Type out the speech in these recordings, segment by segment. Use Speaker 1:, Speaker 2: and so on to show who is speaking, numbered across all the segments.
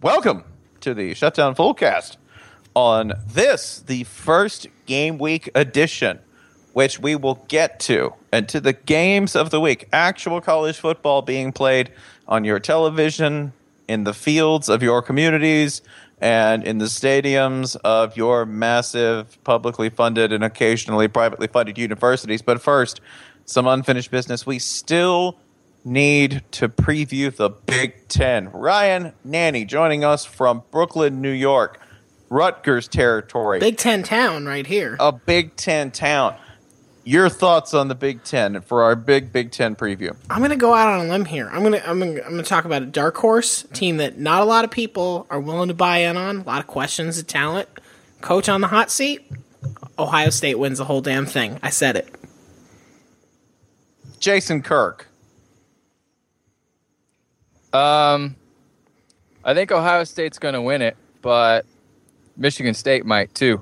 Speaker 1: Welcome to the Shutdown Fullcast on this, the first game week edition, which we will get to, and to the games of the week, actual college football being played on your television, in the fields of your communities, and in the stadiums of your massive publicly funded and occasionally privately funded universities. But first, some unfinished business. We still need to preview the Big Ten. Ryan Nanny joining us from Brooklyn, New York, Rutgers territory,
Speaker 2: Big Ten town right here.
Speaker 1: a Big Ten town. Your thoughts on the Big Ten for our big Big Ten preview?
Speaker 2: I'm gonna go out on a limb here. I'm gonna I'm gonna, I'm gonna talk about a dark horse team that not a lot of people are willing to buy in on. A lot of questions of talent. Coach on the hot seat. Ohio State wins the whole damn thing. I said it.
Speaker 1: Jason Kirk.
Speaker 3: Um, I think Ohio State's going to win it, but Michigan State might too.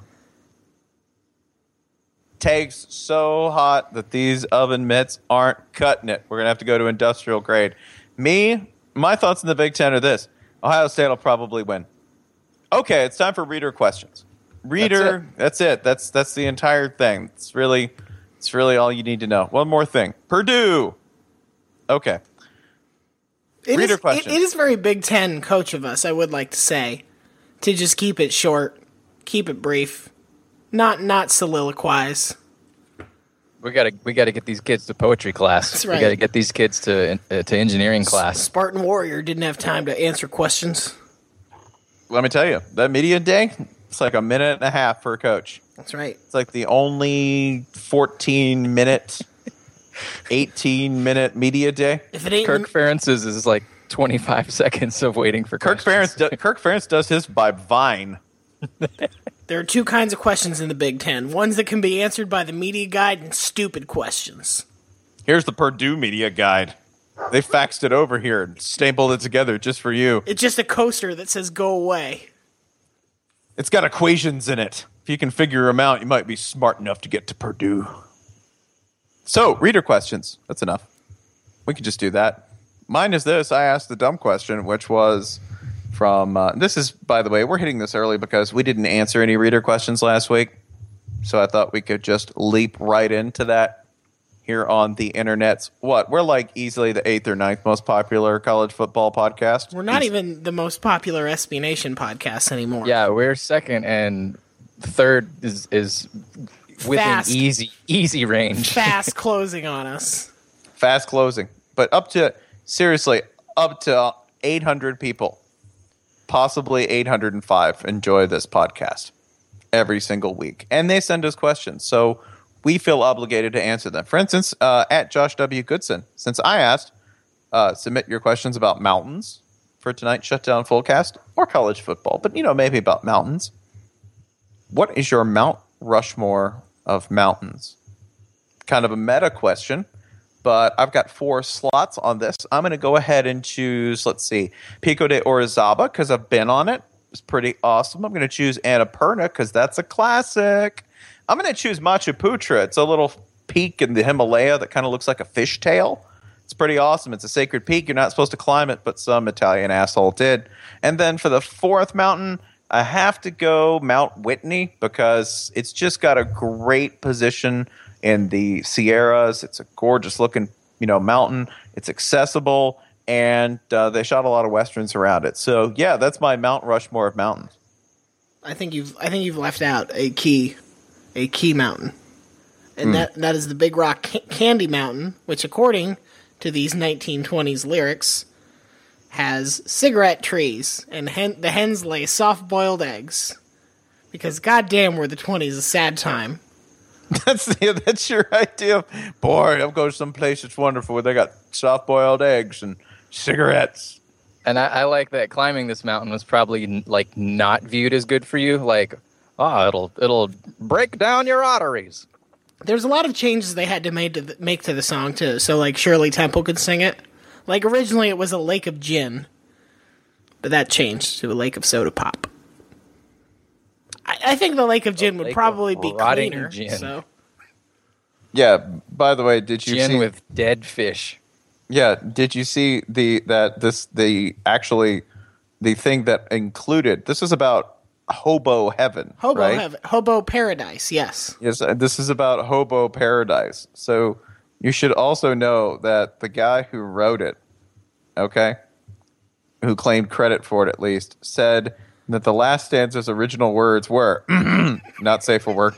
Speaker 1: takes so hot that these oven mitts aren't cutting it. We're gonna have to go to industrial grade. Me, my thoughts in the Big Ten are this: Ohio State will probably win. Okay, it's time for reader questions. Reader, that's it. That's That's that's the entire thing. It's really, it's really all you need to know. One more thing: Purdue. Okay,
Speaker 2: It is-
Speaker 1: Reader
Speaker 2: it-
Speaker 1: questions.
Speaker 2: it is very Big Ten coach of us. I would like to say to just keep it short, keep it brief, not not soliloquize.
Speaker 3: We gotta we gotta get these kids to poetry class.
Speaker 2: That's
Speaker 3: We
Speaker 2: right.
Speaker 3: gotta get these kids to uh, to engineering class.
Speaker 2: Spartan Warrior didn't have time to answer questions.
Speaker 1: let me tell you that media day. It's like a minute and a half per coach.
Speaker 2: That's right.
Speaker 1: It's like the only 14 minute, 18 minute media day.
Speaker 2: If it ain't
Speaker 3: Kirk Ferentz's is like 25 seconds of waiting for
Speaker 1: Kirk
Speaker 3: questions.
Speaker 1: Ferentz, do, Kirk Ferentz does his by Vine.
Speaker 2: There are two kinds of questions in the Big Ten ones that can be answered by the media guide and stupid questions.
Speaker 1: Here's the Purdue media guide. They faxed it over here and stapled it together just for you.
Speaker 2: It's just a coaster that says go away.
Speaker 1: It's got equations in it. If you can figure them out, you might be smart enough to get to Purdue. So, reader questions. That's enough. We could just do that. Mine is this I asked the dumb question, which was from uh, this is, by the way, we're hitting this early because we didn't answer any reader questions last week. So, I thought we could just leap right into that here on the internet's what? We're like easily the eighth or ninth most popular college football podcast.
Speaker 2: We're not
Speaker 1: Easy.
Speaker 2: even the most popular SB Nation podcast anymore.
Speaker 3: Yeah, we're second and third is is within
Speaker 2: Fast.
Speaker 3: easy easy range.
Speaker 2: Fast closing on us.
Speaker 1: fast closing but up to seriously up to 800 people possibly 805 enjoy this podcast every single week and they send us questions so we feel obligated to answer them for instance uh, at josh w goodson since i asked uh, submit your questions about mountains for tonight's shutdown fullcast or college football but you know maybe about mountains what is your mount rushmore of mountains kind of a meta question, but I've got four slots on this. I'm going to go ahead and choose, let's see, Pico de Orizaba because I've been on it. It's pretty awesome. I'm going to choose Annapurna because that's a classic. I'm going to choose Machu Putra. It's a little peak in the Himalaya that kind of looks like a fishtail. It's pretty awesome. It's a sacred peak. You're not supposed to climb it, but some Italian asshole did. And then for the fourth mountain, I have to go Mount Whitney because it's just got a great position in the Sierras. It's a gorgeous looking, you know, mountain. It's accessible, and uh, they shot a lot of westerns around it. So yeah, that's my Mount Rushmore of mountains.
Speaker 2: I think you've I think you've left out a key a key mountain. And that that is the Big Rock Ca- Candy Mountain, which according to these 1920s lyrics has cigarette trees and hen- the hens lay soft-boiled eggs. Because goddamn were the 20s a sad time.
Speaker 1: That's the, that's your idea. of, Boy, I'll go someplace that's wonderful where they got soft boiled eggs and cigarettes.
Speaker 3: And I, I like that climbing this mountain was probably n- like not viewed as good for you. Like, oh, it'll it'll break down your arteries.
Speaker 2: there's a lot of changes they had to make to the, make to the song too. So like Shirley Temple could sing it. Like originally it was a lake of gin, but that changed to a lake of soda pop. I, I think the lake of gin would
Speaker 3: lake
Speaker 2: probably
Speaker 3: of
Speaker 2: be
Speaker 3: rotting
Speaker 2: cleaner.
Speaker 3: gin.
Speaker 2: So
Speaker 1: Yeah. By the way, did you
Speaker 3: Gin
Speaker 1: see?
Speaker 3: with dead fish.
Speaker 1: yeah, did you see the that this the actually the thing that included this is about hobo heaven.
Speaker 2: Hobo
Speaker 1: right?
Speaker 2: heaven, hobo paradise. Yes.
Speaker 1: Yes, uh, this is about Hobo Paradise. So you should also know that the guy who wrote it, okay, who claimed credit for it at least, said that the last stanza's original words were not safe for work.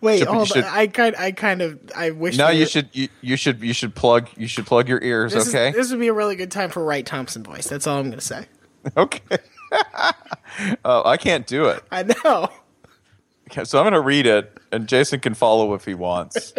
Speaker 2: Wait,
Speaker 1: Should-
Speaker 2: hold
Speaker 1: should-
Speaker 2: on. I kind, I kind of, I wish.
Speaker 1: Now
Speaker 2: we
Speaker 1: you
Speaker 2: were-
Speaker 1: should you, you should you should plug you should plug your ears,
Speaker 2: This is-
Speaker 1: okay?
Speaker 2: this would be a really good time for Wright Thompson voice. That's all I'm going to say.
Speaker 1: Okay. oh, I can't do it.
Speaker 2: I know.
Speaker 1: Okay, so I'm going to read it, and Jason can follow if he wants.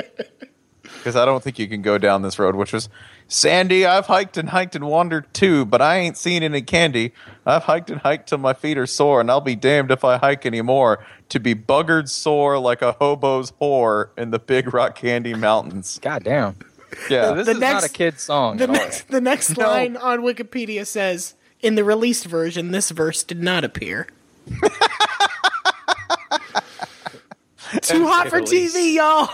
Speaker 1: Because I don't think you can go down this road, which was Sandy, I've hiked and hiked and wandered too, but I ain't seen any candy. I've hiked and hiked till my feet are sore, and I'll be damned if I hike anymore to be buggered sore like a hobo's whore in the Big Rock Candy Mountains.
Speaker 3: God damn.
Speaker 1: Yeah.
Speaker 3: This
Speaker 2: The
Speaker 3: is
Speaker 2: next-
Speaker 3: not a kid's song.
Speaker 2: The
Speaker 3: at all.
Speaker 2: next, the next line on Wikipedia says, "In the released version, this verse did not appear." Too hot for TV, y'all.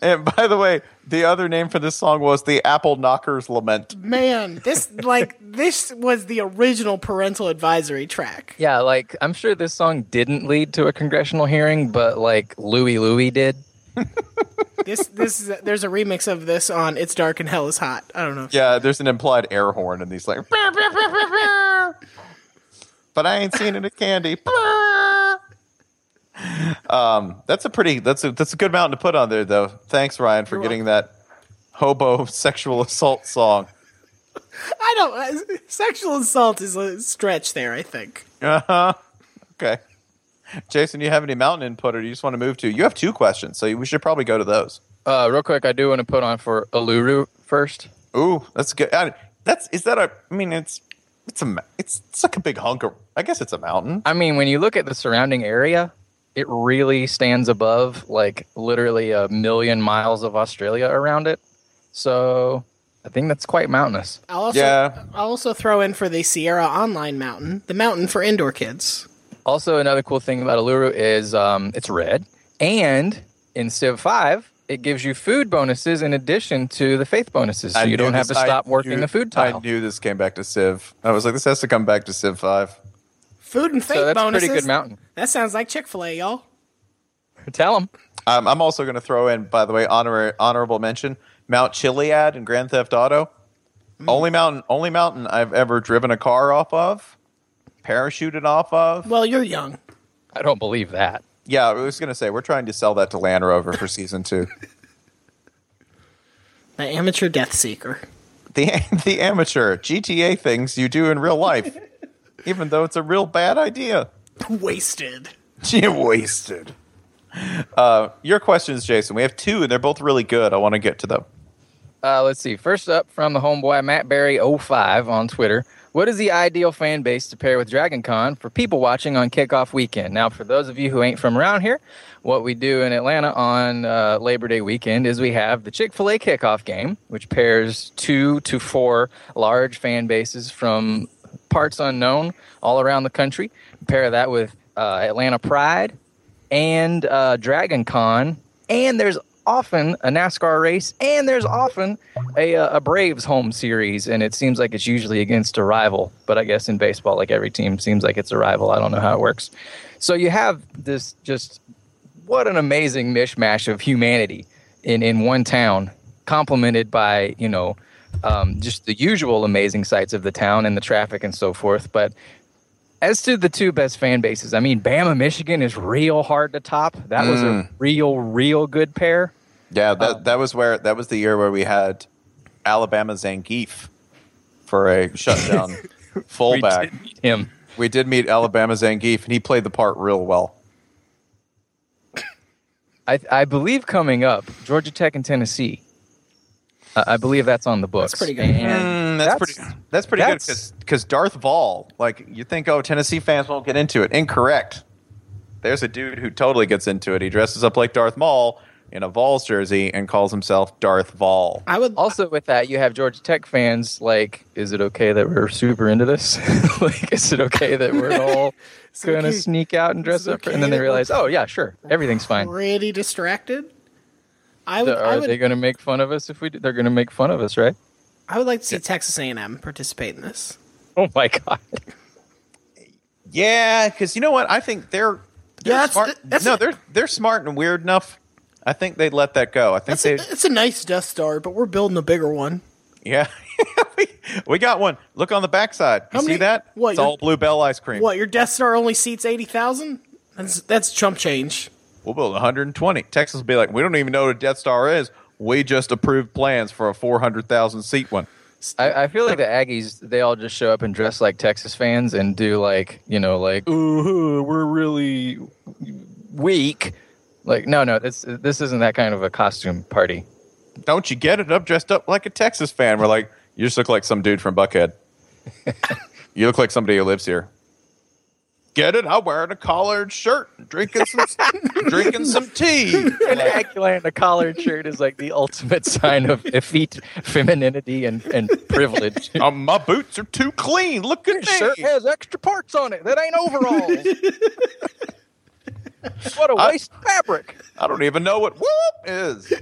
Speaker 1: and by the way, the other name for this song was The Apple Knocker's Lament.
Speaker 2: Man, this like this was the original parental advisory track.
Speaker 3: Yeah, like I'm sure this song didn't lead to a congressional hearing, but like Louie Louie did.
Speaker 2: This this is there's a remix of this on "It's Dark and Hell Is Hot." I don't know.
Speaker 1: Yeah, there's an implied air horn in these, like, but I ain't seen any candy. um, that's a pretty that's a that's a good mountain to put on there though. Thanks, Ryan, for
Speaker 2: You're
Speaker 1: getting that hobo sexual assault song.
Speaker 2: I don't. uh, Sexual assault is a stretch there. I think.
Speaker 1: Uh-huh. Okay. Jason, do you have any mountain input or do you just want to move to? You have two questions, so we should probably go to those.
Speaker 3: Uh, real quick, I do want to put on for Aluru first.
Speaker 1: Ooh, that's good. I, that's is that a I mean it's it's a ma- it's it's like a big hunk of I guess it's a mountain.
Speaker 3: I mean, when you look at the surrounding area, it really stands above like literally a million miles of Australia around it. So I think that's quite mountainous.
Speaker 2: I'll also,
Speaker 1: Yeah.
Speaker 2: I'll also throw in for the Sierra Online Mountain, the mountain for indoor kids.
Speaker 3: Also, another cool thing about Uluru is um, it's red, and in Civ Five, it gives you food bonuses in addition to the faith bonuses, so
Speaker 1: I
Speaker 3: you
Speaker 1: knew
Speaker 3: don't have to
Speaker 1: this- I
Speaker 3: stop working
Speaker 1: knew-
Speaker 3: the food
Speaker 1: I
Speaker 3: tile.
Speaker 1: knew this came back to Civ. I was like, this has to come back to Civ five.
Speaker 2: Food and faith
Speaker 3: So that's a
Speaker 2: bonuses.
Speaker 3: pretty good mountain.
Speaker 2: That sounds like Chick Fil A, y'all.
Speaker 3: Tell them.
Speaker 1: Um, I'm also going to throw in, by the way, honor- honorable mention Mount Chiliad in Grand Theft Auto.
Speaker 3: Hmm.
Speaker 1: Only mountain, only mountain I've ever driven a car off of, parachuted off of.
Speaker 2: Well, you're young.
Speaker 3: I don't believe that.
Speaker 1: Yeah, I was going to say we're trying to sell that to Land Rover for season two.
Speaker 2: The amateur death seeker.
Speaker 1: the the amateur GTA things you do in real life, even though it's a real bad idea.
Speaker 2: Wasted.
Speaker 1: You wasted. Uh, your questions, Jason. We have two, and they're both really good. I want to get to them.
Speaker 3: Uh, let's see. First up from the homeboy Matt Berry05 on Twitter. What is the ideal fan base to pair with Dragon Con for people watching on kickoff weekend? Now, for those of you who ain't from around here, what we do in Atlanta on uh, Labor Day weekend is we have the Chick fil A kickoff game, which pairs two to four large fan bases from parts unknown all around the country. Pair that with uh, Atlanta Pride, and uh, Dragon Con, and there's often a NASCAR race, and there's often a, uh, a Braves home series, and it seems like it's usually against a rival. But I guess in baseball, like every team seems like it's a rival. I don't know how it works. So you have this just what an amazing mishmash of humanity in, in one town, complemented by, you know, um, just the usual amazing sights of the town and the traffic and so forth. But as to the two best fan bases, I mean, Bama, Michigan is real hard to top. That was a real, real good pair.
Speaker 1: Yeah, that that was where that was the year where we had Alabama Zangief for a shutdown fullback.
Speaker 3: We did beat him.
Speaker 1: we did meet Alabama Zangief, and he played the part real well.
Speaker 3: I, I believe coming up, Georgia Tech and Tennessee. Uh, I believe that's on the books.
Speaker 2: pretty good. Mm,
Speaker 3: And
Speaker 1: Mm, that's, pretty. That's pretty good 'cause
Speaker 3: that's-
Speaker 1: good because Darth Ball. Like you think, oh, Tennessee fans won't get into it. Incorrect. There's a dude who totally gets into it. He dresses up like Darth Maul in a Vols jersey and calls himself Darth Vol.
Speaker 2: I would.
Speaker 3: Also, with that, you have Georgia Tech fans like, is it okay that we're super into this? like, is it okay that we're all
Speaker 2: it
Speaker 3: going to
Speaker 2: okay-
Speaker 3: sneak out and dress
Speaker 2: it
Speaker 3: up? for-
Speaker 2: okay
Speaker 3: and then they
Speaker 2: that we're-
Speaker 3: realize, oh, yeah, sure. Everything's fine.
Speaker 2: Pretty distracted. I would.
Speaker 3: So
Speaker 2: I
Speaker 3: are
Speaker 2: would.
Speaker 3: they going to make fun of us if we do? They're going to make fun of us, right?
Speaker 2: I would like to see Texas A&M participate in this.
Speaker 3: Oh, my God.
Speaker 1: Yeah, because you know what? I think they're, they're
Speaker 2: Yeah, that's-
Speaker 1: smart.
Speaker 2: that's-
Speaker 1: no, they're they're smart and weird enough. I think they'd let that go. I think
Speaker 2: That's
Speaker 1: they.
Speaker 2: a, it's a nice Death Star, but we're building a bigger one.
Speaker 1: yeah, we, we got one. Look on the backside. You
Speaker 2: How
Speaker 1: see
Speaker 2: many-
Speaker 1: that?
Speaker 2: what,
Speaker 1: it's
Speaker 2: you're-
Speaker 1: all Blue Bell ice cream.
Speaker 2: What your Death Star only seats eighty thousand? That's that's chump change.
Speaker 1: We'll build 120. Texas will be like, we don't even know what a Death Star is. We just approved plans for a 400,000 seat one.
Speaker 3: I, I feel like the Aggies, they all just show up and dress like Texas fans and do like, you know, like, ooh, we're really weak. Like, no, no, this this isn't that kind of a costume party.
Speaker 1: Don't you get it? I'm dressed up like a Texas fan. We're like, you just look like some dude from Buckhead. you look like somebody who lives here. Get it? I'm wearing a collared shirt, and drinking some, drinking some tea.
Speaker 3: An Aggie in a collared shirt is like the ultimate sign of effete femininity and, and privilege.
Speaker 1: Um, my boots are too clean. Look at me.
Speaker 3: shirt has extra parts on it that ain't overalls. what a
Speaker 1: I-
Speaker 3: waste of fabric.
Speaker 1: I don't even know what whoop is.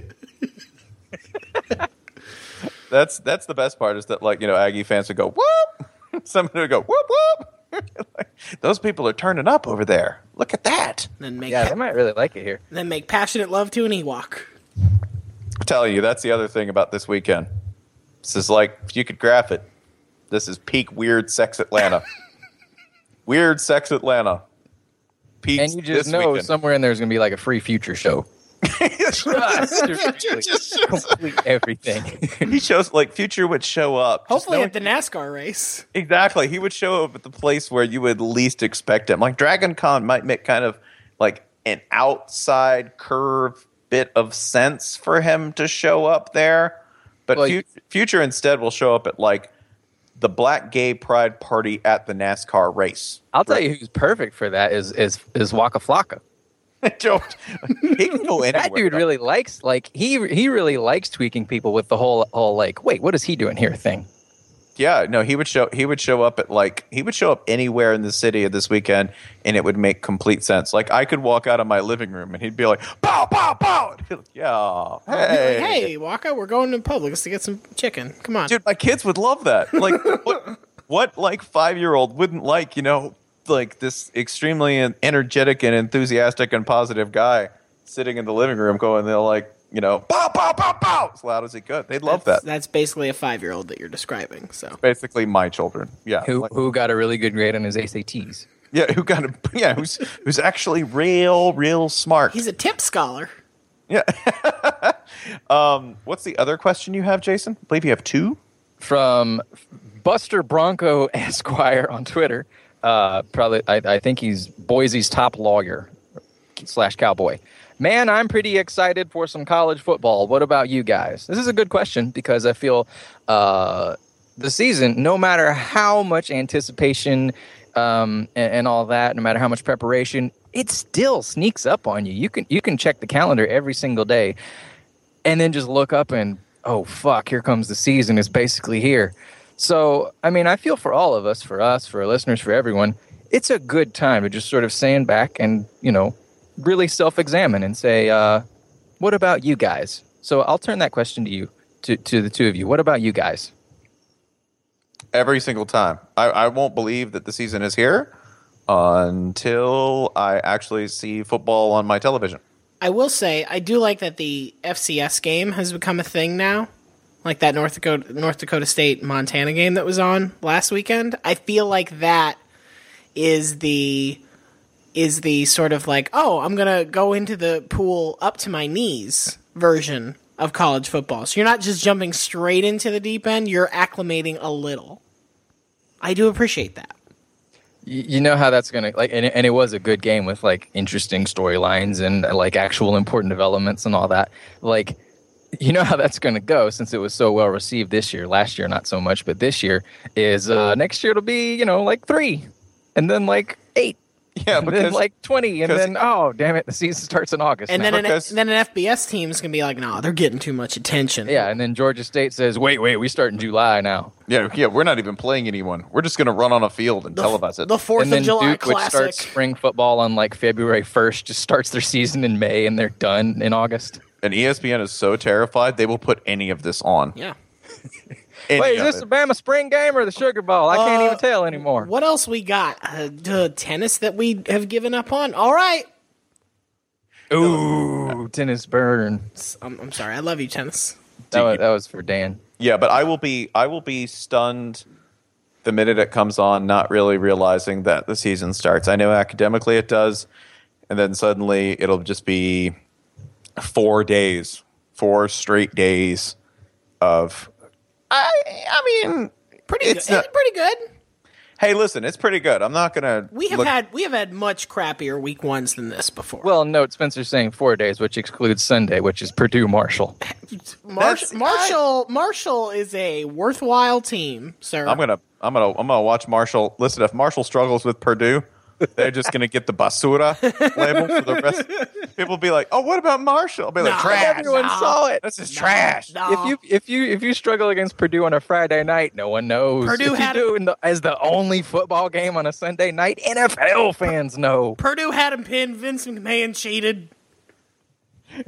Speaker 1: that's that's the best part is that like you know Aggie fans would go whoop, some would go whoop whoop. Like, Those people are turning up over there. Look at that!
Speaker 2: Then make
Speaker 3: Yeah, they might really like it here.
Speaker 2: then make passionate love to an Ewok.
Speaker 1: I'm telling you, that's the other thing about this weekend. This is like if you could graph it. This is peak weird sex Atlanta. weird sex Atlanta. Peak
Speaker 3: And you just know somewhere in there is going to be like a free future show. complete everything.
Speaker 1: he shows like future would show up. Just
Speaker 2: Hopefully
Speaker 1: knowing-
Speaker 2: at the NASCAR race.
Speaker 1: Exactly. He would show up at the place where you would least expect him. Like Dragon Con might make kind of like an outside curve bit of sense for him to show up there. But
Speaker 3: Well,
Speaker 1: Fu- Future instead will show up at like the Black Gay Pride Party at the NASCAR race.
Speaker 3: I'll tell you who's perfect for that is is is Waka Flocka.
Speaker 1: Don't- he can go anywhere.
Speaker 3: That dude really likes like he he really likes tweaking people with the whole whole like wait what is he doing here thing.
Speaker 1: Yeah, no, he would show he would show up at like he would show up anywhere in the city this weekend and it would make complete sense. Like I could walk out of my living room and he'd be like, "Pow pow pow." And I'd be like, yeah. Hey.
Speaker 2: Like, hey, Waka, we're going to Publix to get some chicken. Come on.
Speaker 1: Dude, my kids would love that. Like what what like 5-year-old wouldn't like, you know, like this extremely en- energetic and enthusiastic and positive guy sitting in the living room going they're like, you know, pow pow pow pow as loud as he could. They'd love
Speaker 2: that's,
Speaker 1: that.
Speaker 2: That's basically a five year old that you're describing. So
Speaker 1: Basically my children. Yeah.
Speaker 3: Who
Speaker 1: like-
Speaker 3: who got a really good grade on his ACTs?
Speaker 1: Yeah, who got a yeah, who's who's actually real, real smart.
Speaker 2: he's a tip scholar.
Speaker 1: Um, what's the other question you have, Jason? I believe you have two.
Speaker 3: from Buster Bronco Esquire on Twitter. Uh, probably, I, I think he's Boise's top lawyer slash cowboy. Man, I'm pretty excited for some college football. What about you guys? This is a good question because I feel uh, the season, no matter how much anticipation um, and, and all that, no matter how much preparation, it still sneaks up on you. You can you can check the calendar every single day and then just look up and oh fuck here comes the season it's basically here so i mean i feel for all of us for us for our listeners for everyone it's a good time to just sort of stand back and you know really self-examine and say uh, what about you guys so i'll turn that question to you to, to the two of you what about you guys
Speaker 1: Every single time, I, I won't believe that the season is here until I actually see football on my television.
Speaker 2: I will say I do like that the FCS game has become a thing now. Like that North Dakota North Dakota State Montana game that was on last weekend. I feel like that is the is the sort of like, oh, I'm gonna go into the pool up to my knees version of college football. So you're not just jumping straight into the deep end, you're acclimating a little. I do appreciate that.
Speaker 3: Y- you know how that's gonna like and, it- and it was a good game with like interesting storylines and uh, like actual important developments and all that like you know how that's gonna go since it was so well received this year last year not so much but this year is uh next year it'll be you know like three and then like eight
Speaker 1: Yeah,
Speaker 3: and then
Speaker 1: because
Speaker 3: like 20 and
Speaker 1: because-
Speaker 3: then oh damn it the season starts in august
Speaker 2: And
Speaker 3: now.
Speaker 2: then an,
Speaker 1: Because-
Speaker 2: then an FBS team's gonna be like, nah, they're getting too much attention.
Speaker 3: yeah and then georgia state says wait wait we start in july now
Speaker 1: yeah, yeah, we're not even playing anyone. We're just gonna run on a field and
Speaker 2: The-
Speaker 1: televise it.
Speaker 2: The Fourth
Speaker 3: and then
Speaker 2: of July
Speaker 3: Duke, which
Speaker 2: classic.
Speaker 3: starts spring football on like February 1st, just starts their season in May and they're done in August.
Speaker 1: E and ESPN is so terrified they will put any of this on.
Speaker 2: yeah.
Speaker 1: Any
Speaker 3: Wait, is
Speaker 1: of
Speaker 3: this
Speaker 1: it.
Speaker 3: the Bama Spring Game or the Sugar Bowl? I can't
Speaker 2: Uh,
Speaker 3: even tell anymore.
Speaker 2: What else we got? Uh, duh, tennis that we have given up on. All right.
Speaker 3: Ooh, tennis burn.
Speaker 2: S- I'm, I'm sorry. I love you, tennis.
Speaker 3: That was, that was for Dan.
Speaker 1: Yeah, but I will be I will be stunned the minute it comes on, not really realizing that the season starts. I know academically it does, and then suddenly it'll just be four days, four straight days of I I mean
Speaker 2: Pretty
Speaker 1: It's
Speaker 2: good.
Speaker 1: not-
Speaker 2: pretty good.
Speaker 1: hey, listen, it's pretty good. I'm not gonna
Speaker 2: We have
Speaker 1: look-
Speaker 2: had we have had much crappier week ones than this before.
Speaker 3: Well, note Spencer's saying four days, which excludes Sunday, which is Purdue Marshall.
Speaker 2: Mar-
Speaker 1: that's-
Speaker 2: Marshall Marshall is a worthwhile team, sir.
Speaker 1: I'm gonna I'm gonna I'm gonna watch Marshall. Listen, if Marshall struggles with Purdue, they're just gonna get the basura label for the rest. People be like, "Oh, what about Marshall?" I'll be like,
Speaker 2: No,
Speaker 1: "Trash."
Speaker 3: Everyone
Speaker 2: nah.
Speaker 3: saw it.
Speaker 1: This is trash.
Speaker 2: No.
Speaker 3: If you if you if you struggle against Purdue on a Friday night, no one knows.
Speaker 2: Purdue
Speaker 3: if you
Speaker 2: had-
Speaker 3: do in the, as the only football game on a Sunday night, NFL fans know.
Speaker 2: Purdue had him pinned. Vince McMahon cheated.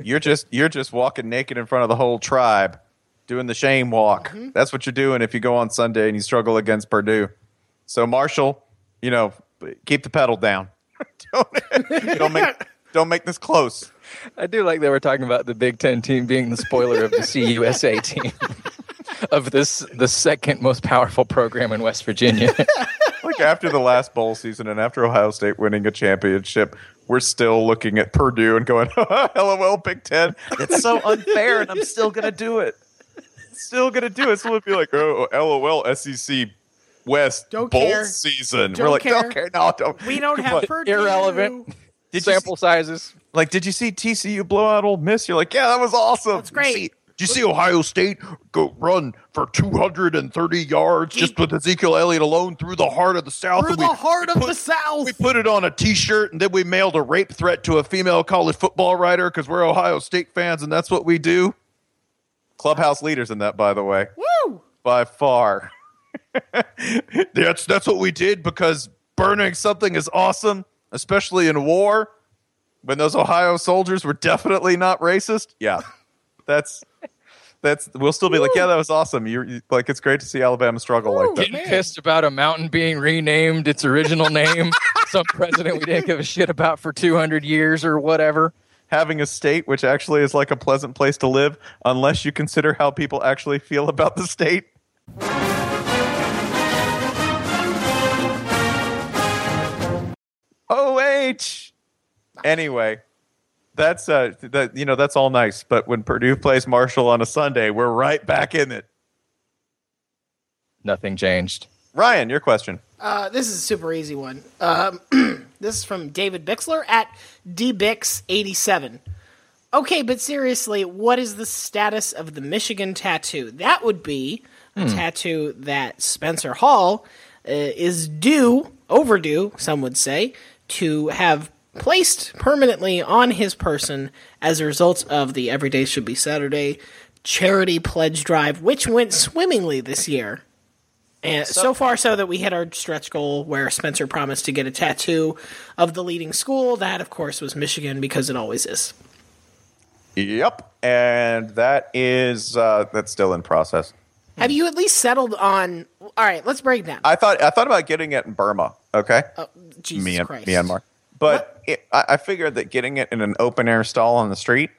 Speaker 1: You're just you're just walking naked in front of the whole tribe, doing the shame walk.
Speaker 3: Mm-hmm.
Speaker 1: That's what you're doing if you go on Sunday and you struggle against Purdue. So Marshall, you know, keep the pedal down. don't, don't make don't make this close.
Speaker 3: I do like they were talking about the Big Ten team being the spoiler of the CUSA team of this the second most powerful program in West Virginia.
Speaker 1: like after the last bowl season and after Ohio State winning a championship, we're still looking at Purdue and going, "LOL, Big Ten, it's so unfair," and I'm still gonna do it. Still gonna do it. So we'll be like, "Oh, LOL, SEC West
Speaker 2: Don't
Speaker 1: bowl
Speaker 2: care.
Speaker 1: season."
Speaker 2: Don't
Speaker 1: we're like,
Speaker 2: care.
Speaker 1: "Don't care, no, don't."
Speaker 2: We don't
Speaker 1: Come
Speaker 2: have
Speaker 1: on.
Speaker 2: Purdue.
Speaker 3: Irrelevant.
Speaker 1: Did you
Speaker 3: Sample sizes.
Speaker 1: like, did you see TCU blow out Ole Miss? You're like, yeah, that was awesome. That's
Speaker 2: great.
Speaker 1: Did you see Ohio State go run for 230 yards just with Ezekiel Elliott alone through the heart of the South?
Speaker 2: Through
Speaker 1: and we-
Speaker 2: the heart of
Speaker 1: we
Speaker 2: the South.
Speaker 1: We put it on a T-shirt, and then we mailed a rape threat to a female college football writer because we're Ohio State fans, and that's what we do. Clubhouse leaders in that, by the way
Speaker 2: Woo!
Speaker 1: by far. that's that's what we did because burning something is awesome, especially in war. When those Ohio soldiers were definitely not racist. Yeah, that's that's we'll still be like, yeah, that was awesome. You're you- like, it's great to see Alabama struggle
Speaker 2: Ooh.
Speaker 1: like that.
Speaker 3: Getting
Speaker 2: Man.
Speaker 3: pissed about a mountain being renamed its original name, some president we didn't give a shit about for 200 years or whatever.
Speaker 1: Having a state which actually is like a pleasant place to live, unless you consider how people actually feel about the state. OH. Anyway, that's uh that you know that's all nice, but when Purdue plays Marshall on a Sunday, we're right back in it.
Speaker 3: Nothing changed.
Speaker 1: Ryan, your question.
Speaker 2: Uh, this is a super easy one. Um, this is from David Bixler at dbix87. Okay, but seriously, what is the status of the Michigan tattoo? That would be a tattoo that Spencer Hall uh, is due, overdue, some would say, to have placed permanently on his person as a result of the Every Day Should Be Saturday charity pledge drive, which went swimmingly this year. And so, far, so that we hit our stretch goal where Spencer promised to get a tattoo of the leading school. That, of course, was Michigan because it always is.
Speaker 1: Yep. And that is uh that's still in process.
Speaker 2: Have you at least settled on? All right, let's break down.
Speaker 1: I thought I thought about getting it in Burma, okay?
Speaker 2: Jesus
Speaker 1: Myan-
Speaker 2: Christ.
Speaker 1: Myanmar. But it, I, I figured that getting it in an open air stall on the street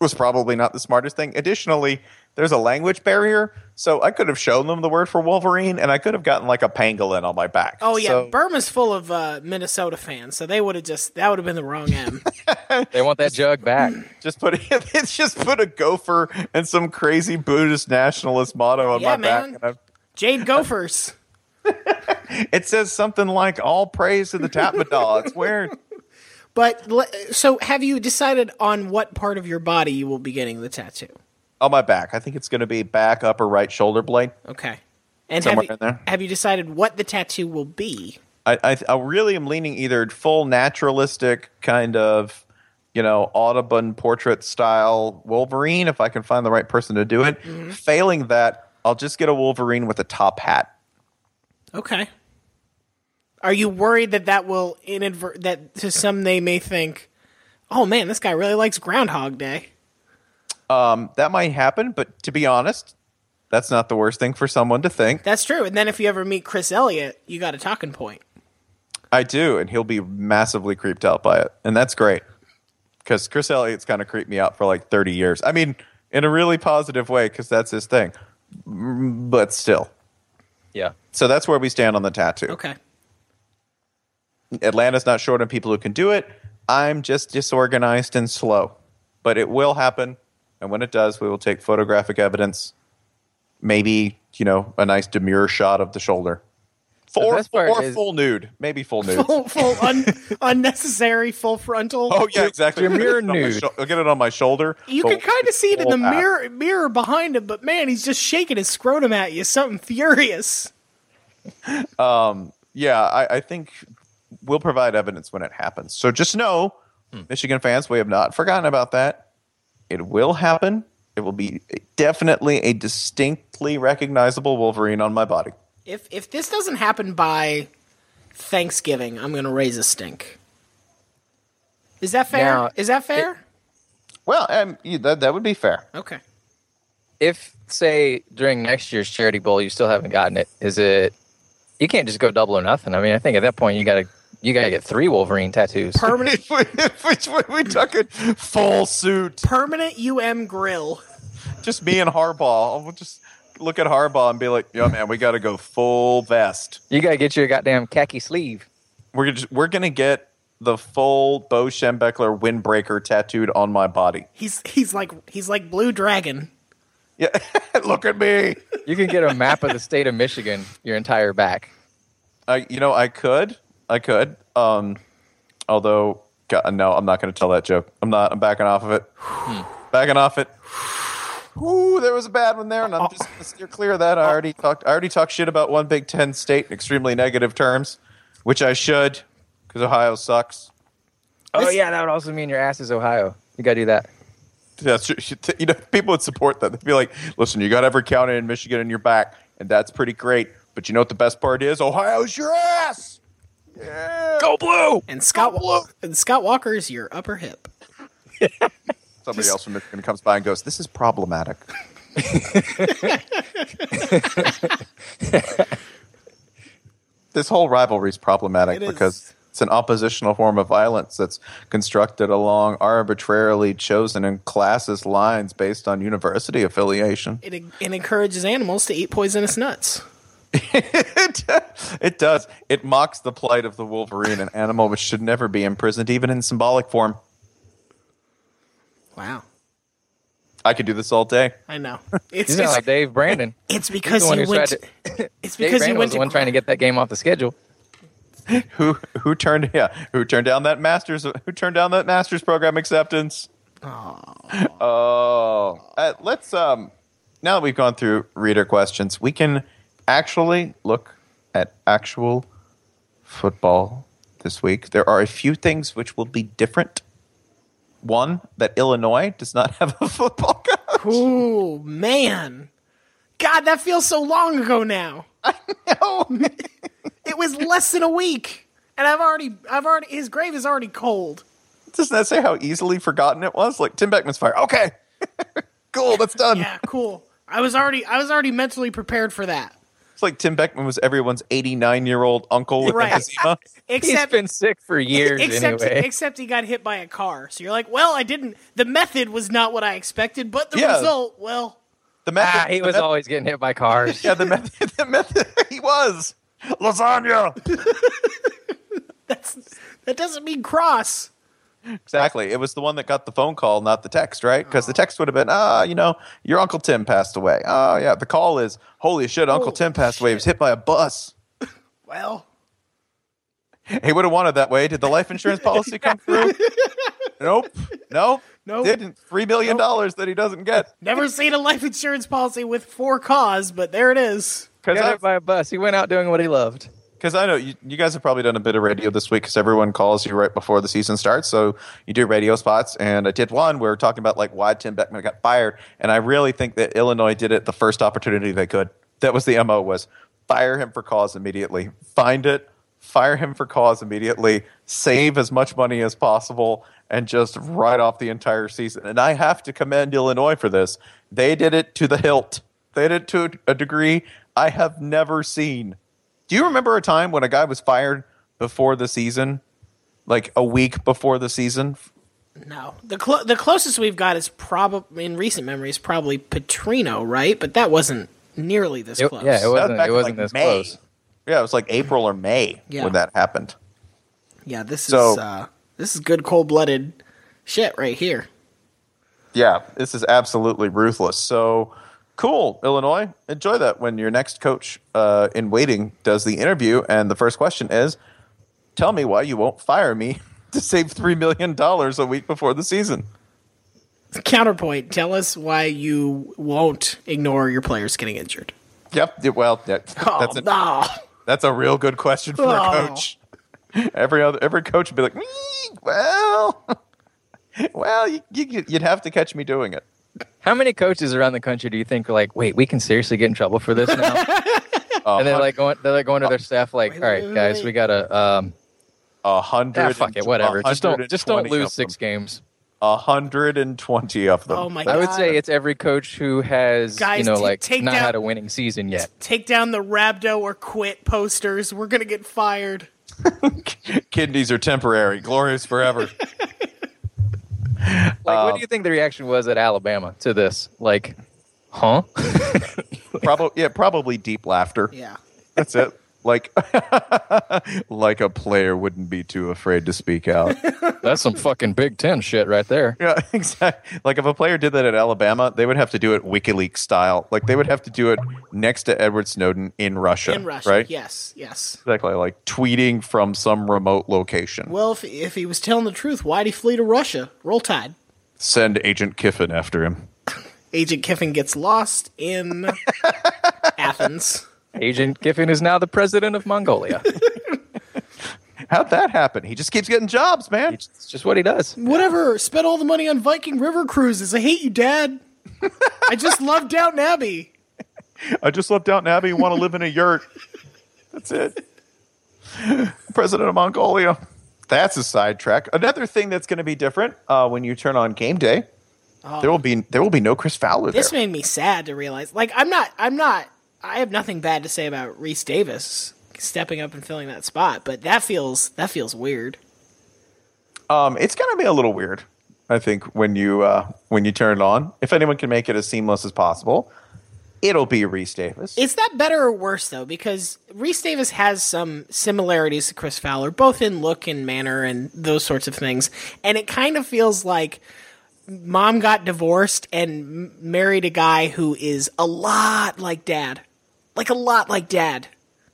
Speaker 1: was probably not the smartest thing. Additionally, there's a language barrier, so I could have shown them the word for Wolverine, and I could have gotten like a pangolin on my back.
Speaker 2: Oh yeah,
Speaker 1: So-
Speaker 2: Burma's full of uh, Minnesota fans, so they would have just that would have been the wrong M.
Speaker 3: They want that jug back.
Speaker 1: just put it's just put a gopher and some crazy Buddhist nationalist motto on my
Speaker 2: Yeah,
Speaker 1: back.
Speaker 2: man.
Speaker 1: And I've-
Speaker 2: Jade Gophers.
Speaker 1: it says something like "All praise to the Tatmadaw." it's weird.
Speaker 2: But le- so, have you decided on what part of your body you will be getting the tattoo?
Speaker 1: On my back, I think it's going to be back upper right shoulder blade.
Speaker 2: Okay. And
Speaker 1: Somewhere
Speaker 2: have you,
Speaker 1: in there.
Speaker 2: have you decided what the tattoo will be?
Speaker 1: I, I, I really am leaning either full naturalistic kind of, you know, Audubon portrait style Wolverine if I can find the right person to do it. Failing that, I'll just get a Wolverine with a top hat.
Speaker 2: Okay. Are you worried that that will inadvert that to some they may think, oh man, this guy really likes Groundhog Day?
Speaker 1: Um, that might happen, but to be honest, That's not the worst thing for someone to think.
Speaker 2: That's true. And then if you ever meet Chris Elliott, you got a talking point.
Speaker 1: I do, and he'll be massively creeped out by it, and that's great because Chris Elliott's kind of creeped me out for like thirty years. I mean, in a really positive way, because that's his thing. Mm, But still,
Speaker 3: Yeah.
Speaker 1: so that's where we stand on the tattoo.
Speaker 2: Okay.
Speaker 1: Atlanta's not short on people who can do it. I'm just disorganized and slow, but it will happen, and when it does, we will take photographic evidence. Maybe you know a nice demure shot of the shoulder, or,
Speaker 3: best part
Speaker 1: or
Speaker 3: is-
Speaker 1: full nude, maybe full nude.
Speaker 2: Full, full un, unnecessary full frontal.
Speaker 1: Oh yeah, exactly. I'll
Speaker 3: mirror
Speaker 1: get it on my
Speaker 3: nude.
Speaker 1: shou- I'll get it on my shoulder.
Speaker 2: You
Speaker 1: but
Speaker 2: can kind of see it in the
Speaker 1: full ass.
Speaker 2: mirror mirror behind him, but man, he's just shaking his scrotum at you. Something furious.
Speaker 1: Yeah, I, I think we'll provide evidence when it happens. So just know, Michigan fans, we have not forgotten about that. It will happen. It will be definitely a distinctly recognizable Wolverine on my body.
Speaker 2: If if this doesn't happen by Thanksgiving, I'm gonna raise a stink. Is that fair?
Speaker 3: Now,
Speaker 2: Is that fair?
Speaker 1: Well, um, you- that that would be fair.
Speaker 2: okay.
Speaker 3: If say during next year's charity bowl you still haven't gotten it, is it? You can't just go double or nothing. I mean, I think at that point you gotta you gotta get three Wolverine tattoos.
Speaker 2: Permanent
Speaker 1: If we, if we, if we took it full suit,
Speaker 2: permanent UM grill.
Speaker 1: just me and Harbaugh, we'll just look at Harbaugh and be like, "Yo, man, we got to go full vest."
Speaker 3: You gotta get your goddamn khaki sleeve.
Speaker 1: We're just, we're gonna get the full Bo Schembechler windbreaker tattooed on my body.
Speaker 2: He's he's like he's like Blue Dragon.
Speaker 1: Yeah, look at me.
Speaker 3: You can get a map of the state of Michigan, your entire back.
Speaker 1: I, you know, I could, I could. Um, although, God, no, I'm not gonna tell that joke. I'm not. I'm backing off of it. Backing off it. Ooh, there was a bad one there, and I'm just gonna steer clear of that. I already talked. I already talked shit about one Big Ten state in extremely negative terms, which I should, because Ohio sucks.
Speaker 3: Oh
Speaker 2: This-
Speaker 3: yeah, that would also mean your ass is Ohio. You gotta do that.
Speaker 1: That's you know people would support that. They'd be like, "Listen, you got every county in Michigan in your back, and that's pretty great." But you know what the best part is? Ohio's your ass. Yeah.
Speaker 3: Go blue.
Speaker 2: And Scott
Speaker 1: Oh, look.
Speaker 2: and Scott Walker is your upper hip.
Speaker 1: Somebody else from Michigan comes by and goes, "This is problematic." this whole rivalry is problematic
Speaker 2: It is.
Speaker 1: because it's an oppositional form of violence that's constructed along arbitrarily chosen and classist lines based on university affiliation.
Speaker 2: It, it encourages animals to eat poisonous nuts.
Speaker 1: it, it does. It mocks the plight of the Wolverine, an animal which should never be imprisoned, even in symbolic form.
Speaker 2: Wow.
Speaker 1: I could do this all day.
Speaker 2: I know. It's
Speaker 3: You sound
Speaker 2: it's,
Speaker 3: like Dave Brandon.
Speaker 2: it's
Speaker 3: He's
Speaker 2: because
Speaker 3: the one
Speaker 2: you
Speaker 3: who
Speaker 2: went.
Speaker 3: tried
Speaker 2: To,
Speaker 3: to.
Speaker 2: it's because
Speaker 3: Dave
Speaker 2: you
Speaker 3: Brandon was
Speaker 2: went
Speaker 3: the
Speaker 2: to.
Speaker 3: one trying to get that game off the schedule.
Speaker 1: Who who turned yeah who turned down that masters who turned down that masters program acceptance? Oh, Uh, let's um. Now that we've gone through reader questions, we can actually look at actual football this week. There are a few things which will be different. One that Illinois does not have a football coach.
Speaker 2: Ooh man, God, that feels so long ago now.
Speaker 1: No.
Speaker 2: It was less than a week, and I've already, I've already, his grave is already cold.
Speaker 1: Doesn't that say how easily forgotten it was? Like Tim Beckman's fire. Okay, cool. That's done.
Speaker 2: Yeah, cool. I was already, I was already mentally prepared for that.
Speaker 1: It's like Tim Beckman was everyone's 89 year old uncle with
Speaker 2: Right.
Speaker 1: emphysema.
Speaker 2: Except,
Speaker 3: He's been sick for years
Speaker 2: except,
Speaker 3: anyway.
Speaker 2: except he got hit by a car. So you're like, well, I didn't. The method was not what I expected, but the
Speaker 1: Yeah.
Speaker 2: result, well,
Speaker 1: The method,
Speaker 3: ah, he
Speaker 1: the
Speaker 3: was
Speaker 1: method-
Speaker 3: always getting hit by cars.
Speaker 1: yeah, the method, the method, he was lasagna.
Speaker 2: that's that doesn't mean cross.
Speaker 1: exactly. It was the one that got the phone call, not the text, right? Because the text would have been, ah, you know, your uncle Tim passed away. Oh yeah, the call is, holy shit, Uncle
Speaker 2: Holy
Speaker 1: Tim passed away. He was hit by a bus.
Speaker 2: Well,
Speaker 1: He would have wanted that way. Did the life insurance policy come through? nope. No.
Speaker 2: Nope.
Speaker 1: Didn't. Three billion dollars that he doesn't get.
Speaker 2: never seen a life insurance policy with four cause, but there it is.
Speaker 1: Because
Speaker 3: Got hit
Speaker 1: I've
Speaker 3: by a bus. He went out doing what he loved.
Speaker 1: Because I know you, you guys have probably done a bit of radio this week because everyone calls you right before the season starts. So you do radio spots. And I did one where we are talking about like why Tim Beckman got fired. And I really think that Illinois did it the first opportunity they could. That was the MO was fire him for cause immediately. Find it, fire him for cause immediately, save as much money as possible, and just write off the entire season. And I have to commend Illinois for this. They did it to the hilt. They did it to a- a degree I have never seen. Do you remember a time when a guy was fired before the season, like a week before the season?
Speaker 2: No, the clo- the closest we've got is probably in recent memory is probably Petrino, right? But that wasn't nearly this
Speaker 3: It-
Speaker 2: close.
Speaker 3: yeah, it
Speaker 1: That
Speaker 3: wasn't.
Speaker 1: back
Speaker 3: It
Speaker 1: in,
Speaker 3: wasn't
Speaker 1: like,
Speaker 3: this close.
Speaker 1: Yeah, it was like April or May
Speaker 2: Yeah.
Speaker 1: when that happened.
Speaker 2: Yeah, this
Speaker 1: So-
Speaker 2: is uh, this is good cold blooded shit right here.
Speaker 1: Yeah, this is absolutely ruthless. So cool, Illinois. Enjoy that when your next coach uh, in waiting does the interview. And the first question is Tell me why you won't fire me to save $3 million a week before the season.
Speaker 2: Counterpoint: Tell us why you won't ignore your players getting injured.
Speaker 1: Yep. yeah, Well, yeah,
Speaker 2: Oh,
Speaker 1: that's, a,
Speaker 2: no.
Speaker 1: that's a real good question for a
Speaker 2: Oh.
Speaker 1: coach. Every other every coach would be like, "Me? well, well, you, you, you'd have to catch me doing it.
Speaker 3: How many coaches around the country do you think are like, wait, we can seriously get in trouble for this now? and they're like going, they're like going to their staff, like, all
Speaker 2: Wait,
Speaker 3: right,
Speaker 2: wait,
Speaker 3: guys,
Speaker 2: wait.
Speaker 3: we gotta, um,
Speaker 1: A hundred.
Speaker 3: ah, fuck it,
Speaker 1: and-
Speaker 3: whatever.
Speaker 1: a
Speaker 3: Just don't,
Speaker 1: hundred
Speaker 3: just
Speaker 1: and
Speaker 3: don't
Speaker 1: twenty
Speaker 3: lose
Speaker 1: of
Speaker 3: six
Speaker 1: them.
Speaker 3: games.
Speaker 1: A hundred and twenty of them.
Speaker 2: Oh my
Speaker 3: I would
Speaker 2: God.
Speaker 3: say it's every coach who has,
Speaker 2: Guys,
Speaker 3: you know,
Speaker 2: t-
Speaker 3: like
Speaker 2: take
Speaker 3: not
Speaker 2: down-
Speaker 3: had a winning season yet.
Speaker 2: Take down the Rabdo or quit posters. We're gonna get fired.
Speaker 1: Kidneys are temporary, glorious forever.
Speaker 3: Like, what do you think the reaction was at Alabama to this? Like, huh?
Speaker 1: probably, yeah, probably deep laughter.
Speaker 2: Yeah,
Speaker 1: That's it. Like, like a player wouldn't be too afraid to speak out.
Speaker 3: That's some fucking Big Ten shit right there.
Speaker 1: yeah, exactly. Like if a player did that at Alabama, they would have to do it WikiLeaks style. Like they would have to do it next to Edward Snowden in Russia.
Speaker 2: in Russia.
Speaker 1: right?
Speaker 2: Yes, yes.
Speaker 1: Exactly. Like tweeting from some remote location.
Speaker 2: Well, if if he was telling the truth, why'd he flee to Russia? Roll Tide.
Speaker 1: Send Agent Kiffin after him.
Speaker 2: Agent Kiffin gets lost in Athens.
Speaker 3: Agent Kiffin is now the president of Mongolia.
Speaker 1: How'd that happen? He just keeps getting jobs, man.
Speaker 3: it's just what he does.
Speaker 2: Whatever. Spent all the money on Viking river cruises. I hate you, Dad. I just love Downton Abbey.
Speaker 1: I just left Downton Abbey. Want to live in a yurt? That's it. President of Mongolia. That's a sidetrack. Another thing that's going to be different uh, when you turn on game day, there will be there will be no Chris Fowler
Speaker 2: Uh-huh. This
Speaker 1: there.
Speaker 2: made me sad to realize. Like, I'm not. I'm not. I have nothing bad to say about Reese Davis stepping up and filling that spot, but that feels that feels weird.
Speaker 1: Um, it's going to be a little weird, I think, when you uh, when you turn it on. If anyone can make it as seamless as possible, it'll be Reese Davis.
Speaker 2: Is that better or worse though? Because Reese Davis has some similarities to Chris Fowler, both in look and manner and those sorts of things. And it kind of feels like mom got divorced and m- married a guy who is a lot like dad, like a lot like dad,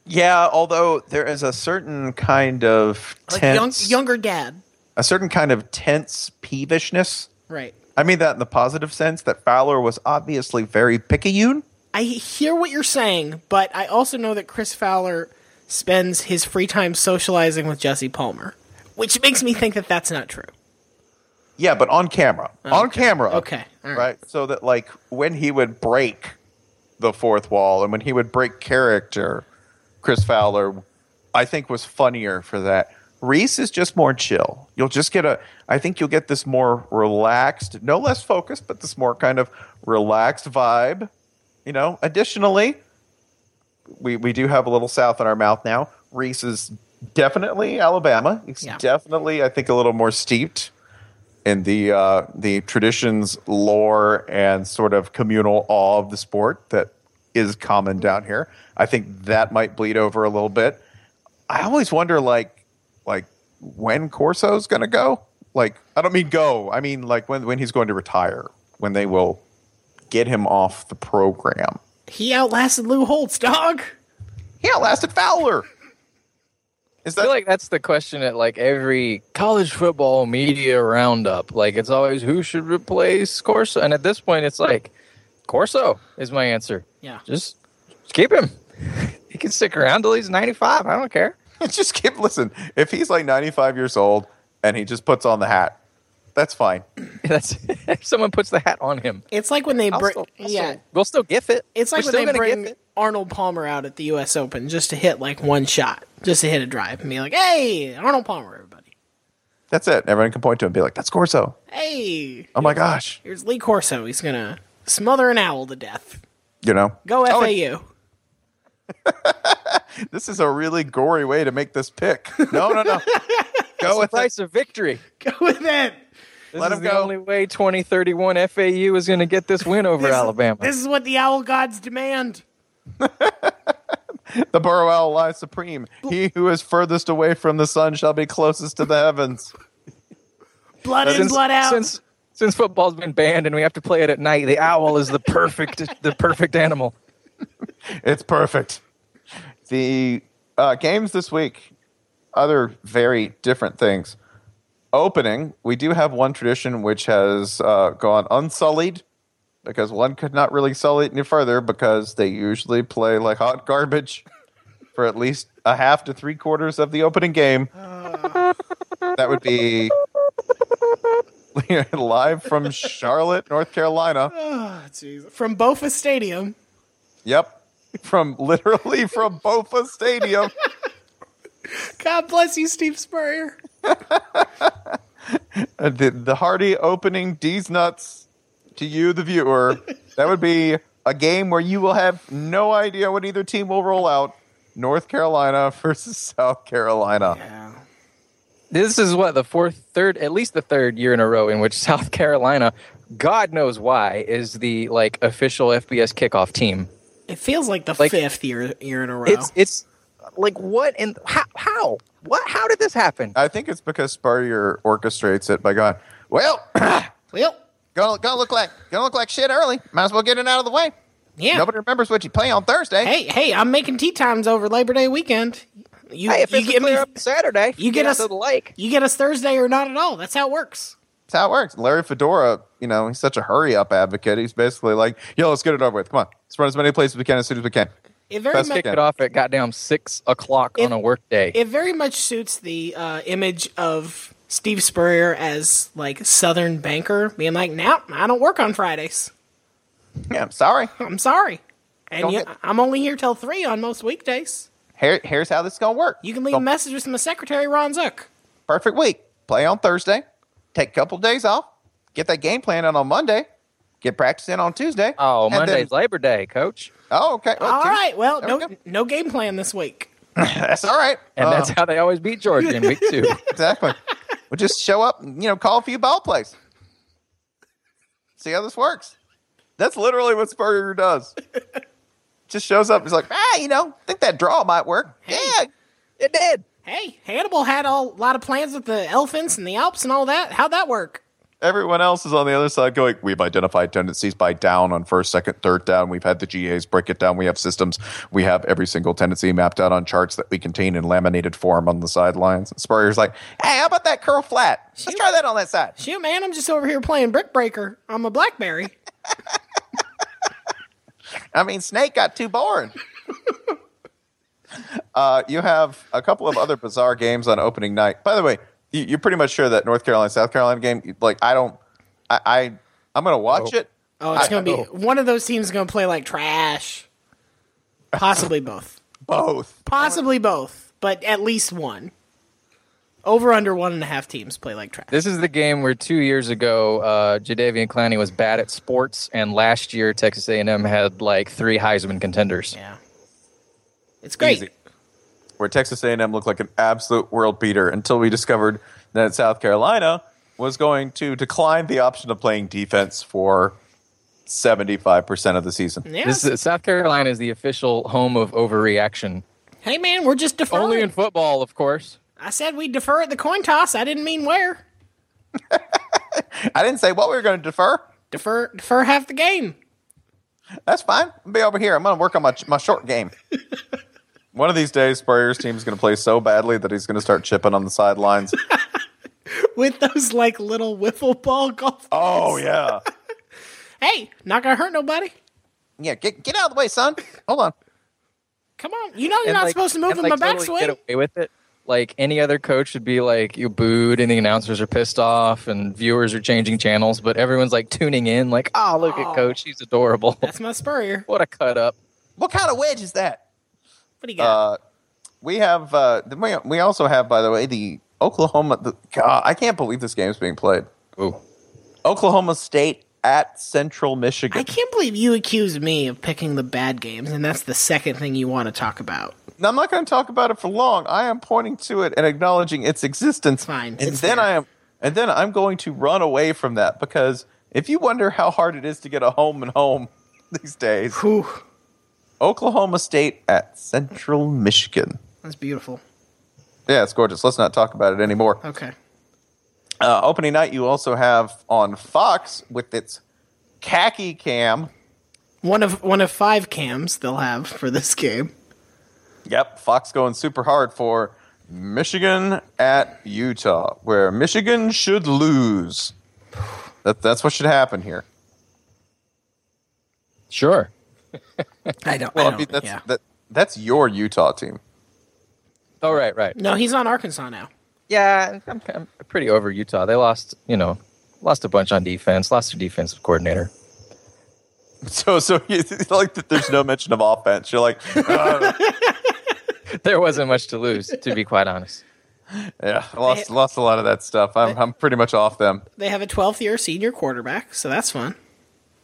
Speaker 1: yeah, although there is a certain kind of
Speaker 2: like young,
Speaker 1: tense,
Speaker 2: younger dad,
Speaker 1: a certain kind of tense peevishness
Speaker 2: right?
Speaker 1: I mean that in the positive sense that Fowler was obviously very picayune.
Speaker 2: I hear what you're saying, but I also know that Chris Fowler spends his free time socializing with Jesse Palmer, which makes me think that that's not true.
Speaker 1: Yeah, but on camera. On camera.
Speaker 2: Oh, Okay, all
Speaker 1: Right.
Speaker 2: right.
Speaker 1: So that like when he would break the fourth wall and when he would break character, Chris Fowler I think was funnier for that. Reese is just more chill. You'll just get a I think you'll get this more relaxed, no less focused, but this more kind of relaxed vibe. You know, additionally, we, we do have a little south in our mouth now. Reese is definitely Alabama. He's
Speaker 2: Yeah.
Speaker 1: definitely, I think, a little more steeped in the uh, the traditions, lore, and sort of communal awe of the sport that is common down here. I think that might bleed over a little bit. I always wonder, like, like when Corso's going to go. Like, I don't mean go. I mean like when when he's going to retire. When they will get him off the program.
Speaker 2: He outlasted Lou Holtz, dog.
Speaker 1: He outlasted Fowler. Is
Speaker 3: I
Speaker 1: that
Speaker 3: feel like that's the question at like every college football media roundup. Like it's always who should replace Corso, and at this point, it's like Corso is my answer.
Speaker 2: Yeah.
Speaker 3: Just keep him. he can stick around till he's ninety-five. I don't care.
Speaker 1: just keep listen? If he's like 95 years old and he just puts on the hat, that's fine.
Speaker 3: That's if someone puts the hat on him.
Speaker 2: It's like when they
Speaker 3: I'll
Speaker 2: bring
Speaker 3: still- I'll
Speaker 2: yeah.
Speaker 3: still- we'll still gif it.
Speaker 2: It's like when
Speaker 3: We're still
Speaker 2: they
Speaker 3: gonna gif
Speaker 2: bring
Speaker 3: it.
Speaker 2: Arnold Palmer out at the U.S. Open just to hit like one shot, just to hit a drive and be like, "Hey, Arnold Palmer, everybody!
Speaker 1: That's it. Everyone can point to him and be like, that's Corso.
Speaker 2: Hey,
Speaker 1: Oh my gosh.
Speaker 2: here's Lee Corso. He's gonna smother an owl to death."
Speaker 1: You know,
Speaker 2: Go
Speaker 1: Oh, it-
Speaker 2: FAU.
Speaker 1: this is a really gory way to make this pick. No, no, no.
Speaker 3: Go
Speaker 1: with it.
Speaker 3: the price of victory.
Speaker 2: Go with it.
Speaker 3: This
Speaker 1: Let
Speaker 3: is
Speaker 1: 'em
Speaker 3: the
Speaker 1: go.
Speaker 3: only way 2031 FAU is going to get this win over
Speaker 2: This-
Speaker 3: Alabama.
Speaker 2: This is what the owl gods demand.
Speaker 1: the burrow owl lies supreme. He who is furthest away from the sun shall be closest to the heavens.
Speaker 2: Blood in, blood out.
Speaker 3: Since, since football's been banned and we have to play it at night, the owl is the perfect the perfect animal.
Speaker 1: It's perfect. The uh, games this week, other very different things. Opening, we do have one tradition which has uh, gone unsullied because one could not really sully it any further because they usually play like hot garbage for at least a half to three quarters of the opening game. That would be live from Charlotte, North Carolina.
Speaker 2: Oh, jeez. From Bofa Stadium.
Speaker 1: Yep. From literally from Bofa Stadium.
Speaker 2: God bless you, Steve Spurrier.
Speaker 1: Uh, the, the hearty opening D's nuts to you, the viewer. That would be a game where you will have no idea what either team will roll out. North Carolina versus South Carolina.
Speaker 2: Yeah.
Speaker 3: This is what the fourth, third, at least the third year in a row in which South Carolina, God knows why, is the like official FBS kickoff team.
Speaker 2: It feels like the
Speaker 3: Like-
Speaker 2: fifth year year in a row.
Speaker 3: It's it's like what in how how what how did this happen?
Speaker 2: Uh,
Speaker 1: I think it's because Spurrier orchestrates it by going, well,
Speaker 2: well,
Speaker 1: gonna, gonna look like gonna look like shit early. Might as well get it out of the way.
Speaker 2: yeah.
Speaker 1: Nobody remembers what you play on Thursday.
Speaker 2: hey, hey, I'm making tea times over Labor Day weekend. You,
Speaker 3: Hey, if
Speaker 2: you
Speaker 3: it's
Speaker 2: get me,
Speaker 3: clear up Saturday,
Speaker 2: you get
Speaker 3: out
Speaker 2: us-
Speaker 3: to the lake.
Speaker 2: you get us Thursday or not at all. That's how it works.
Speaker 1: That's how it works. Larry Fedora, you know, he's such a hurry up advocate. He's basically like, yo, let's get it over with. Come on. Let's run as many places as we can as soon as we can.
Speaker 2: It very
Speaker 1: Best
Speaker 2: much
Speaker 1: kick
Speaker 3: Kick it off at goddamn six o'clock
Speaker 2: If-
Speaker 3: on a work day.
Speaker 2: it very much suits the uh, image of Steve Spurrier as like Southern banker being like, "Now I don't work on Fridays.
Speaker 1: Yeah, I'm sorry.
Speaker 2: I'm sorry, and
Speaker 1: Don't
Speaker 2: you,
Speaker 1: get-
Speaker 2: I'm only here till three on most weekdays.
Speaker 1: Here, here's how this is going to work.
Speaker 2: You can leave
Speaker 1: Go-
Speaker 2: messages to my secretary Ron Zook.
Speaker 1: perfect week. Play on Thursday. Take a couple days off. Get that game plan in on Monday. Get practice in on Tuesday.
Speaker 3: oh,
Speaker 1: and then-
Speaker 3: Monday's Labor Day, coach.
Speaker 1: oh, okay.
Speaker 2: All right,
Speaker 1: Tues-
Speaker 2: well,
Speaker 1: There we
Speaker 2: no,
Speaker 1: go.
Speaker 2: no game plan this week.
Speaker 1: That's all right.
Speaker 3: And
Speaker 1: Uh,
Speaker 3: that's how they always beat Georgia in week two.
Speaker 1: exactly. we'll just show up and, you know, call a few ball plays. See how this works. That's literally what Spurrier does. just shows up. He's like, ah, you know, think that draw might work. Yeah,
Speaker 3: it did.
Speaker 2: Hey, Hannibal had a lot of plans with the elephants and the Alps and all that. How'd that work?
Speaker 1: Everyone else is on the other side going, we've identified tendencies by down on first, second, third down. We've had the GAs break it down. We have systems. We have every single tendency mapped out on charts that we contain in laminated form on the sidelines. And Spurrier's like, hey, how about that curl flat? Let's try that on that side.
Speaker 2: Shoot, man, I'm just over here playing Brick Breaker on my BlackBerry.
Speaker 1: I mean, Snake got too boring. uh, you have a couple of other bizarre games on opening night. By the way, you, you're pretty much sure that North Carolina, South Carolina game, like, I don't, I, I I'm going to watch
Speaker 3: Oh.
Speaker 1: it.
Speaker 2: Oh, it's
Speaker 1: I-
Speaker 2: gonna be
Speaker 1: oh.
Speaker 2: one of those teams is gonna play like trash. Possibly both.
Speaker 1: Both.
Speaker 2: Possibly both, but at least one. Over under one and a half teams play like trash.
Speaker 3: This is the game where two years ago, uh, Jadavian Clowney was bad at sports, and last year Texas A&M had like three Heisman contenders.
Speaker 2: Yeah. It's great.
Speaker 1: Easy. where Texas A&M looked like an absolute world beater until we discovered that South Carolina was going to decline the option of playing defense for 75% of the season.
Speaker 2: Yeah.
Speaker 3: This is, South Carolina is the official home of overreaction,
Speaker 2: hey man, we're just deferring.
Speaker 3: only in football, of course.
Speaker 2: I said we'd defer at the coin toss. I didn't mean where.
Speaker 1: I didn't say what we were going to defer.
Speaker 2: Defer defer half the game.
Speaker 1: That's fine. I'll be over here. I'm going to work on my, my short game. One of these days, Spurrier's team is going to play so badly that he's going to start chipping on the sidelines.
Speaker 2: With those like little wiffle ball golf.
Speaker 1: oh, yeah.
Speaker 2: Hey, not gonna hurt nobody.
Speaker 1: Yeah, get, get out of the way, son. Hold on.
Speaker 2: Come on. You know you're
Speaker 3: And,
Speaker 2: not
Speaker 3: like-
Speaker 2: supposed to move
Speaker 3: and,
Speaker 2: in my
Speaker 3: like,
Speaker 2: back
Speaker 3: totally
Speaker 2: swing.
Speaker 3: Get away with it. Like any other coach would be like, you booed, and the announcers are pissed off, and viewers are changing channels, but everyone's like tuning in, like, oh, look
Speaker 2: Aw.
Speaker 3: at coach, he's adorable.
Speaker 2: That's my spurrier.
Speaker 3: what a cut up.
Speaker 1: What kind of wedge is that?
Speaker 2: What do you got?
Speaker 1: Uh, we have uh, th- we, we also have by the way the Oklahoma the, God, I can't believe this game's being played.
Speaker 3: Ooh.
Speaker 1: Oklahoma State at Central Michigan.
Speaker 2: I can't believe you accuse me of picking the bad games, and that's the second thing you want to talk about.
Speaker 1: Now, I'm not going to talk about it for long. I am pointing to it and acknowledging its existence.
Speaker 2: Fine,
Speaker 1: And
Speaker 2: it's
Speaker 1: then
Speaker 2: there.
Speaker 1: I am and then I'm going to run away from that because if you wonder how hard it is to get a home and home these days,
Speaker 2: Whew,
Speaker 1: Oklahoma State at Central Michigan.
Speaker 2: that's beautiful.
Speaker 1: Yeah, it's gorgeous. Let's not talk about it anymore.
Speaker 2: Okay.
Speaker 1: Uh, opening night, you also have on Fox with its khaki cam.
Speaker 2: One of one of five cams they'll have for this game.
Speaker 1: Yep, Fox going super hard for Michigan at Utah, where Michigan should lose. That, that's what should happen here.
Speaker 3: Sure.
Speaker 2: I don't.
Speaker 1: Well,
Speaker 2: I
Speaker 1: I
Speaker 2: don't
Speaker 1: mean, that's,
Speaker 2: yeah.
Speaker 1: that, that's your Utah team.
Speaker 3: Oh, right, right.
Speaker 2: no, he's on Arkansas now.
Speaker 3: Yeah, I'm, I'm pretty over Utah. They lost, you know, lost a bunch on defense, lost their defensive coordinator.
Speaker 1: So, so you it's like that. There's no mention of offense. You're like, uh,
Speaker 3: There wasn't much to lose, to be quite honest.
Speaker 1: yeah, I lost lost a lot of that stuff. I'm I'm pretty much off them.
Speaker 2: They have a 12th year senior quarterback, so that's fun.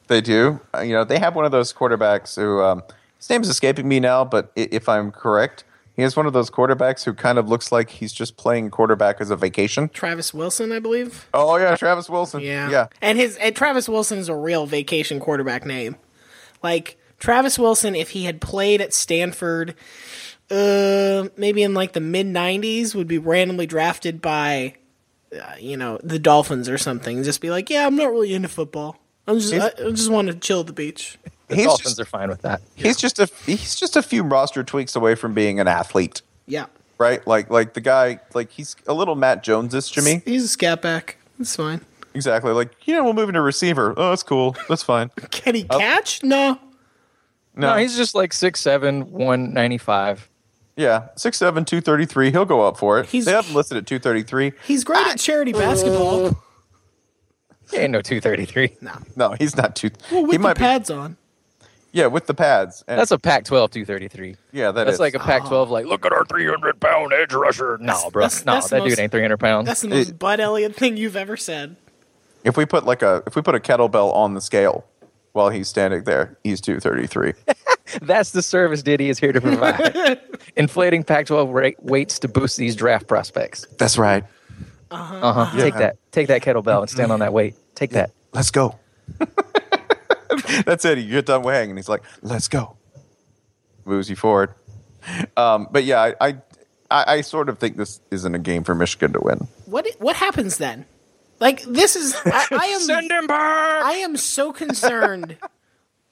Speaker 1: They do. Uh, you know, they have one of those quarterbacks who um, his name's escaping me now, but i- if I'm correct, he has one of those quarterbacks who kind of looks like he's just playing quarterback as a vacation.
Speaker 2: Travis Wilson, I believe.
Speaker 1: Oh yeah, Travis Wilson.
Speaker 2: Yeah.
Speaker 1: yeah.
Speaker 2: And his and Travis Wilson is a real vacation quarterback name. Like Travis Wilson, if he had played at Stanford, uh, maybe in like the mid '90s, would be randomly drafted by, uh, you know, the Dolphins or something. Just be like, yeah, I'm not really into football. I'm just, I, I just want to chill at the beach.
Speaker 3: The
Speaker 1: He's
Speaker 3: Dolphins
Speaker 1: just-
Speaker 3: are fine with that.
Speaker 1: He's just a he's just a few roster tweaks away from being an athlete,
Speaker 2: Yeah,
Speaker 1: right? Like like the guy like he's a little Matt Jones-ish to me.
Speaker 2: he's a scat back. It's fine.
Speaker 1: Exactly. Like yeah, we'll move into receiver. Oh, that's cool. That's fine.
Speaker 2: Can he
Speaker 1: Oh.
Speaker 2: catch? No.
Speaker 3: No,
Speaker 1: No, he's
Speaker 3: he's just like 6'7", 195.
Speaker 1: yeah six seven two thirty three. He'll go up for it.
Speaker 2: He's-
Speaker 1: they have him listed at two thirty three.
Speaker 2: He's great at charity
Speaker 1: Uh,
Speaker 2: basketball.
Speaker 3: He ain't no 233.
Speaker 2: No.
Speaker 1: No, he's not two.
Speaker 2: Well, with
Speaker 1: he
Speaker 2: the
Speaker 1: might
Speaker 2: pads on.
Speaker 1: be. Yeah, with the pads. And
Speaker 3: That's a Pac-12 233.
Speaker 1: yeah, that
Speaker 3: That's
Speaker 1: is.
Speaker 3: like a Pac-12 like, look at our 300-pound edge rusher. No, bro.
Speaker 2: that's-
Speaker 3: no,
Speaker 2: that's
Speaker 3: that
Speaker 2: the most-
Speaker 3: dude ain't 300 pounds.
Speaker 2: That's the most
Speaker 1: It-
Speaker 2: Bud Elliott thing you've ever said.
Speaker 1: if we put like a if we put a kettlebell on the scale while he's standing there, he's two thirty three.
Speaker 3: That's the service Diddy is here to provide. Inflating Pac-12 rate, weights to boost these draft prospects.
Speaker 1: That's right.
Speaker 3: Uh huh. Take that. Take that kettlebell and stand on that weight. Take that.
Speaker 1: Let's go. That's it. You get done weighing, and he's like, "Let's go." Moves you forward. Um, but yeah, I, I I I sort of think this isn't a game for Michigan to win.
Speaker 2: What what happens then? Like this is I, I am
Speaker 3: him back.
Speaker 2: I am so concerned.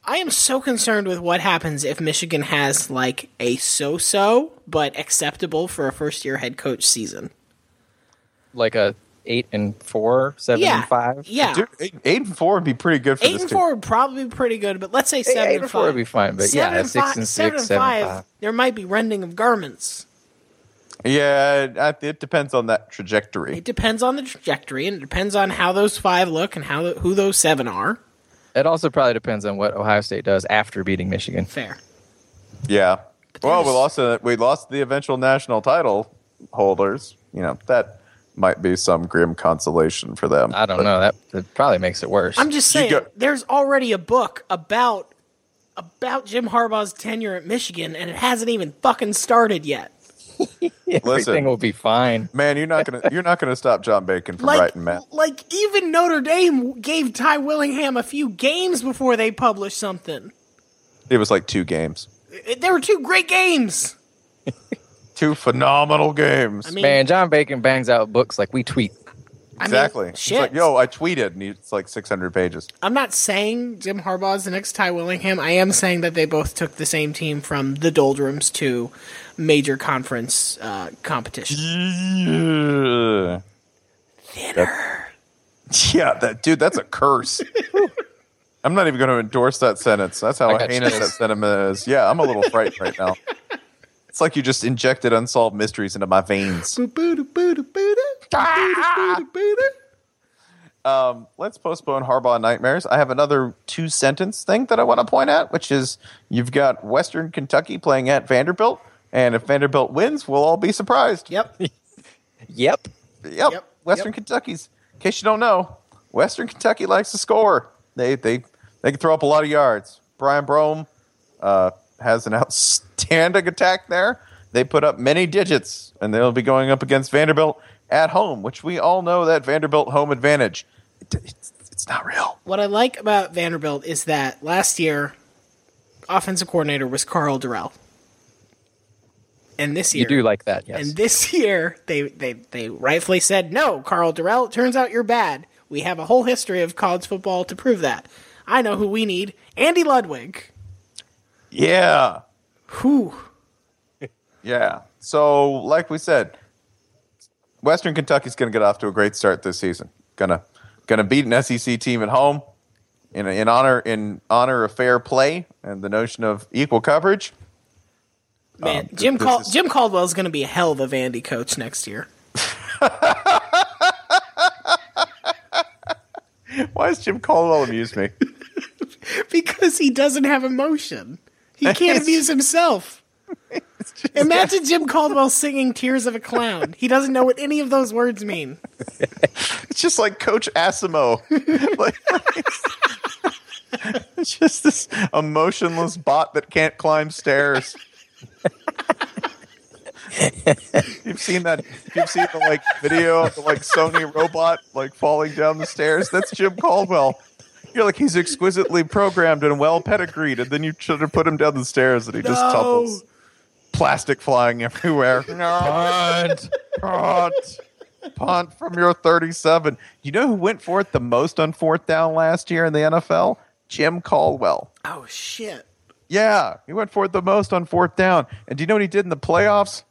Speaker 2: I am so concerned with what happens if Michigan has like a so-so but acceptable for a first-year head coach season.
Speaker 3: Like a eight and four, seven
Speaker 2: Yeah,
Speaker 3: and five.
Speaker 2: yeah.
Speaker 1: Dude, eight, eight and four would be pretty good for
Speaker 2: eight
Speaker 1: this
Speaker 2: and
Speaker 1: team.
Speaker 2: four would probably be pretty good, but let's say seven
Speaker 3: eight
Speaker 2: and five
Speaker 3: and four would be fine, but
Speaker 2: seven
Speaker 3: yeah,
Speaker 2: and
Speaker 3: six
Speaker 2: five,
Speaker 3: and
Speaker 2: seven
Speaker 3: six,
Speaker 2: and
Speaker 3: seven
Speaker 2: five,
Speaker 3: and five.
Speaker 2: There might be rending of garments.
Speaker 1: Yeah, I, it depends on that trajectory.
Speaker 2: It depends on the trajectory, and it depends on how those five look and how who those seven are.
Speaker 3: It also probably depends on what Ohio State does after beating Michigan.
Speaker 2: Fair.
Speaker 1: Yeah. Well, we
Speaker 2: there's-
Speaker 1: lost the, we lost the eventual national title holders. You know that might be some grim consolation for them.
Speaker 3: I don't know. That, that probably makes it worse.
Speaker 2: I'm just
Speaker 1: You
Speaker 2: saying,
Speaker 1: go-
Speaker 2: there's already a book about about Jim Harbaugh's tenure at Michigan, and it hasn't even fucking started yet.
Speaker 3: Everything
Speaker 1: Listen.
Speaker 3: will be fine.
Speaker 1: Man, you're not gonna you're not gonna stop John Bacon from
Speaker 2: Like,
Speaker 1: writing, man.
Speaker 2: like even Notre Dame gave Ty Willingham a few games before they published something.
Speaker 1: It was like two games,
Speaker 2: It- There were two great games.
Speaker 1: two phenomenal games.
Speaker 2: I mean,
Speaker 3: Man, John Bacon bangs out books like we tweet.
Speaker 2: I mean,
Speaker 1: Exactly. It's
Speaker 2: shit.
Speaker 1: like, yo, uh I tweeted, and it's like 600 pages.
Speaker 2: I'm not saying Jim Harbaugh's the next Ty Willingham. I am saying that they both took the same team from the doldrums to major conference uh, competition.
Speaker 1: Yeah, that dude, that's a curse. I'm not even going to endorse that sentence. That's how
Speaker 3: I got
Speaker 1: heinous that
Speaker 3: chills.
Speaker 1: sentiment is. Yeah, I'm a little frightened right now. It's like you just injected unsolved mysteries into my veins. Um, let's postpone Harbaugh nightmares. I have another two sentence thing that I want to point out, which is you've got Western Kentucky playing at Vanderbilt, and if Vanderbilt wins, we'll all be surprised.
Speaker 2: Yep.
Speaker 3: Yep.
Speaker 1: Yep.
Speaker 2: Yep.
Speaker 1: Western
Speaker 2: Yep.
Speaker 1: Kentucky's. In case you don't know, Western Kentucky likes to score. They they they can throw up a lot of yards. Brian Brome uh, has an outstanding attack there. They put up many digits, and they'll be going up against Vanderbilt at home, which we all know that Vanderbilt home advantage. It, it's, it's not real.
Speaker 2: What I like about Vanderbilt is that last year, offensive coordinator was Carl Durrell. And this year,
Speaker 3: You do like that, yes.
Speaker 2: And this year, they, they, they rightfully said, no, Carl Durrell, it turns out you're bad. We have a whole history of college football to prove that. I know who we need Andy Ludwig.
Speaker 1: Yeah.
Speaker 2: Whew.
Speaker 1: Yeah. So, like we said, Western Kentucky's going to get off to a great start this season. Gonna gonna beat an SEC team at home in in honor in honor of fair play and the notion of equal coverage.
Speaker 2: Man,
Speaker 1: Um, th-
Speaker 2: Jim,
Speaker 1: this
Speaker 2: Cal-
Speaker 1: is-
Speaker 2: Jim Caldwell's going to be a hell of a Vandy coach next year.
Speaker 1: Why does Jim Caldwell amuse me?
Speaker 2: because he doesn't have emotion. He can't
Speaker 1: It's-
Speaker 2: amuse himself. Imagine Jim Caldwell singing Tears of a Clown. He doesn't know what any of those words mean.
Speaker 1: It's just like Coach Asimo. like, it's just this emotionless bot that can't climb stairs. you've seen that you've seen the like video of the like Sony robot like falling down the stairs. That's Jim Caldwell. You're like he's exquisitely programmed and well pedigreed, and then you try to put him down the stairs and he just
Speaker 2: No.
Speaker 1: tumbles. Plastic flying everywhere.
Speaker 3: Punt.
Speaker 1: Punt. Punt from your 37. You know who went for it the most on fourth down last year in the NFL? Jim Caldwell.
Speaker 2: Oh shit.
Speaker 1: Yeah, he went for it the most on fourth down. And do you know what he did in the playoffs?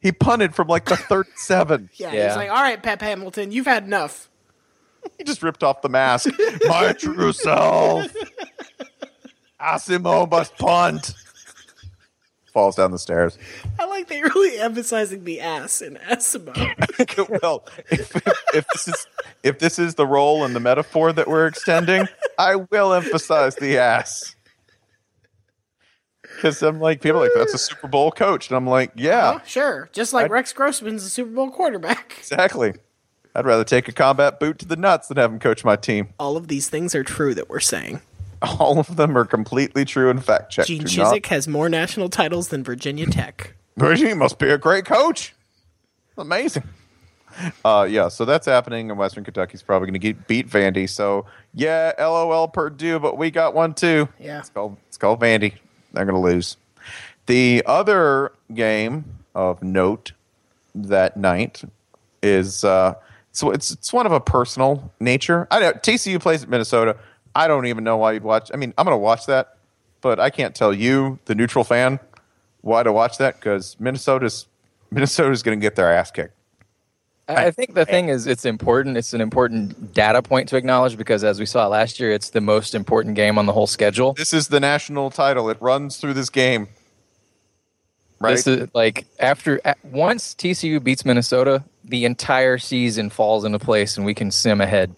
Speaker 1: He punted from like the 37.
Speaker 2: Yeah,
Speaker 3: Yeah.
Speaker 2: he's like, all right, Pep Hamilton, you've had enough.
Speaker 1: He just ripped off the mask. My true self. Asimo must punt. Falls down the stairs.
Speaker 2: I like that you're really emphasizing the ass in Asimo.
Speaker 1: well, if, if, if this is if this is the role and the metaphor that we're extending, I will emphasize the ass. Because I'm like, people are like, that's a Super Bowl coach, and I'm like, yeah,
Speaker 2: Oh, sure. Just like
Speaker 1: I-
Speaker 2: Rex Grossman's a Super Bowl quarterback.
Speaker 1: exactly. I'd rather take a combat boot to the nuts than have him coach my team.
Speaker 2: All of these things are true that we're saying.
Speaker 1: All of them are completely true and fact checked.
Speaker 2: Gene Chizik has more national titles than Virginia Tech.
Speaker 1: He must be a great coach. Amazing. Uh, yeah, so that's happening, and Western Kentucky's probably going to get beat Vandy. So yeah, LOL Purdue, but we got one too.
Speaker 2: Yeah.
Speaker 1: it's called it's called Vandy. They're going to lose. The other game of note that night is uh, so it's it's one of a personal nature. I don't TCU plays at Minnesota. I don't even know why you'd watch. I mean, I'm going to watch that, but I can't tell you, the neutral fan, why to watch that because Minnesota's Minnesota's going to get their ass kicked.
Speaker 3: I I think the thing is, it's important. It's an important data point to acknowledge because, as we saw last year, it's the most important game on the whole schedule.
Speaker 1: This is the national title. It runs through this game. Right?
Speaker 3: This is like after a- once TCU beats Minnesota, the entire season falls into place, and we can sim ahead.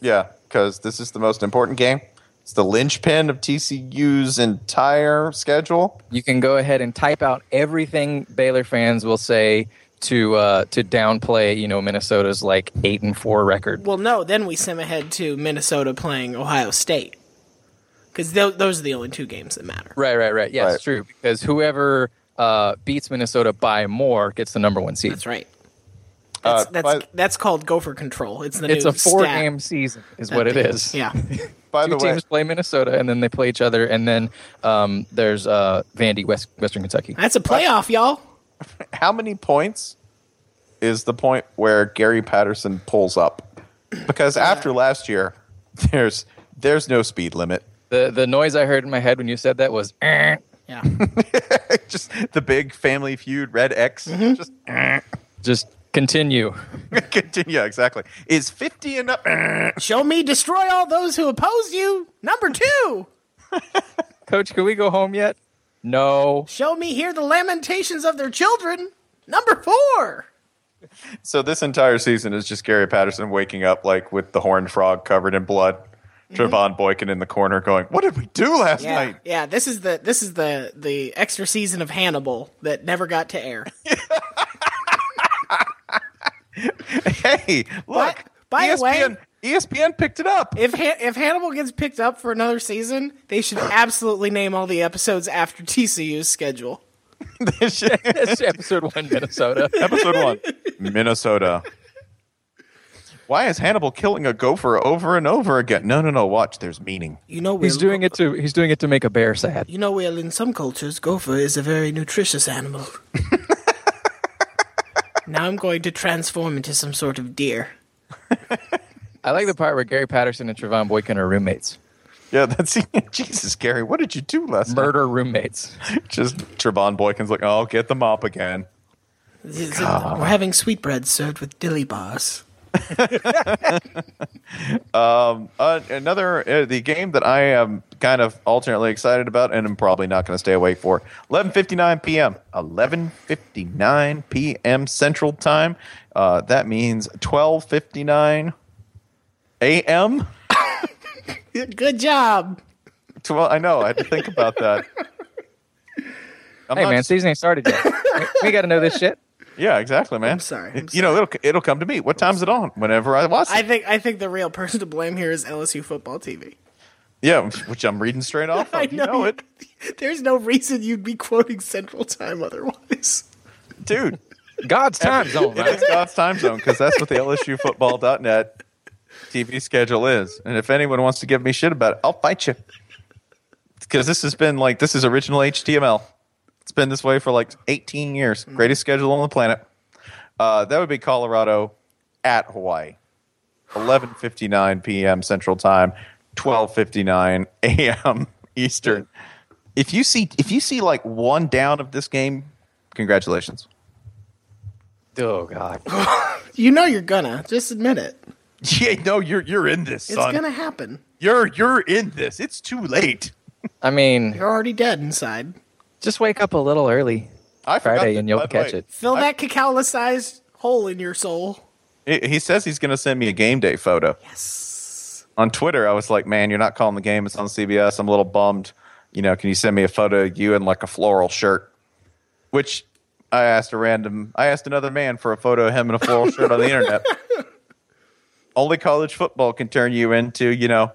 Speaker 1: yeah, because this is the most important game. It's the linchpin of TCU's entire schedule.
Speaker 3: You can go ahead and type out everything Baylor fans will say to uh, to downplay, you know, Minnesota's like eight and four record.
Speaker 2: Well, no, then we sim ahead to Minnesota playing Ohio State. Because those are the only two games that matter.
Speaker 3: Right, right, right. Yeah,
Speaker 1: Right.
Speaker 3: it's true because whoever uh, beats Minnesota by more gets the number one seed.
Speaker 2: That's right.
Speaker 1: Uh,
Speaker 2: That's, that's,
Speaker 1: by-
Speaker 2: that's called gopher control. It's the
Speaker 3: It's
Speaker 2: new
Speaker 3: a four
Speaker 2: stat.
Speaker 3: game season, is
Speaker 2: that
Speaker 3: what it
Speaker 2: they-
Speaker 3: is.
Speaker 2: Yeah.
Speaker 1: By
Speaker 3: Two
Speaker 1: the way,
Speaker 3: teams play Minnesota, and then they play each other, and then um, there's uh, Vandy, West, Western Kentucky.
Speaker 2: That's a playoff, y'all.
Speaker 1: how many points is the point where Gary Patterson pulls up? Because after last year, there's there's no speed limit.
Speaker 3: The the noise I heard in my head when you said that was, "Eh."
Speaker 2: Yeah.
Speaker 1: just the big family feud, red X.
Speaker 2: Mm-hmm.
Speaker 1: Just
Speaker 3: just continue.
Speaker 1: continue. Yeah, exactly. Is 50 and up?
Speaker 2: Show me destroy all those who oppose you. Number two.
Speaker 3: Coach, can we go home yet? No.
Speaker 2: Show me hear the lamentations of their children. Number four.
Speaker 1: So this entire season is just Gary Patterson waking up like with the horned frog covered in blood. Trevon Boykin in the corner going, What did we do last
Speaker 2: Mm-hmm. Yeah.
Speaker 1: night?
Speaker 2: Yeah. This is the this is the the extra season of Hannibal that never got to air.
Speaker 1: Hey, look.
Speaker 2: But- by the way-
Speaker 1: ESPN ESPN picked it up.
Speaker 2: If Han- if Hannibal gets picked up for another season, they should absolutely name all the episodes after TCU's schedule.
Speaker 1: This shit-
Speaker 3: That's episode one, Minnesota.
Speaker 1: Episode one Minnesota. Why is Hannibal killing a gopher over and over again? No, no, no. Watch. There's meaning.
Speaker 2: You know,
Speaker 3: He's doing it to he's doing it to make a bear sad.
Speaker 2: You know, well, in some cultures, gopher is a very nutritious animal. now I'm going to transform into some sort of deer.
Speaker 3: I like the part where Gary Patterson and Trevon Boykin are roommates,
Speaker 1: Yeah, that's Jesus, Gary. What did you do last night?
Speaker 3: murder roommates.
Speaker 1: Just Trevon Boykin's like, oh, get them up again.
Speaker 2: Is it- We're having sweetbreads served with dilly bars.
Speaker 1: Uh, another uh, the game that I am kind of alternately excited about, and I'm probably not going to stay awake for. 11:59 p.m. 11:59 p.m. Central Time. Uh, that means 12:59 a.m.
Speaker 2: Good job.
Speaker 1: Twelve. I know. I had to think about that. I'm
Speaker 3: Hey
Speaker 1: not-
Speaker 3: man, season ain't started yet. We- we got to know this shit.
Speaker 1: Yeah, exactly, man.
Speaker 2: I'm sorry, I'm
Speaker 1: You know, it'll it'll come to me. What time's it on? Whenever I watch
Speaker 2: I
Speaker 1: it.
Speaker 2: think I think the real person to blame here is LSU football TV.
Speaker 1: Yeah, which I'm reading straight off. Of.
Speaker 2: I
Speaker 1: you know it.
Speaker 2: There's no reason you'd be quoting Central Time otherwise.
Speaker 1: dude.
Speaker 3: God's time zone, right?
Speaker 1: It's God's time zone because that's what the LSUFootball.net TV schedule is. And if anyone wants to give me shit about it, I'll fight you. Because this has been like this is original HTML. It's been this way for like 18 years. Greatest schedule on the planet. Uh, that would be Colorado at Hawaii, 11:59 p.m. Central Time, 12:59 a.m. Eastern. If you see if you see like one down of this game, congratulations.
Speaker 3: Oh God.
Speaker 2: You know you're gonna. Just admit it.
Speaker 1: Yeah, no, you're you're in this,
Speaker 2: It's
Speaker 1: son.
Speaker 2: gonna happen.
Speaker 1: You're you're in this. It's too late.
Speaker 3: I mean,
Speaker 2: You're already dead inside.
Speaker 3: just wake up a little early
Speaker 1: I forgot
Speaker 3: Friday
Speaker 1: that,
Speaker 3: and you'll
Speaker 1: by the
Speaker 3: catch
Speaker 1: way.
Speaker 3: it.
Speaker 2: Fill that cacao sized hole in your soul.
Speaker 1: He- He says he's going to send me a game day photo
Speaker 2: Yes.
Speaker 1: on Twitter. I was like, man, you're not calling the game. It's on CBS. I'm a little bummed. You know, can you send me a photo of you in like a floral shirt? Which I asked a random. I asked another man for a photo of him in a floral shirt on the internet. Only college football can turn you into, you know.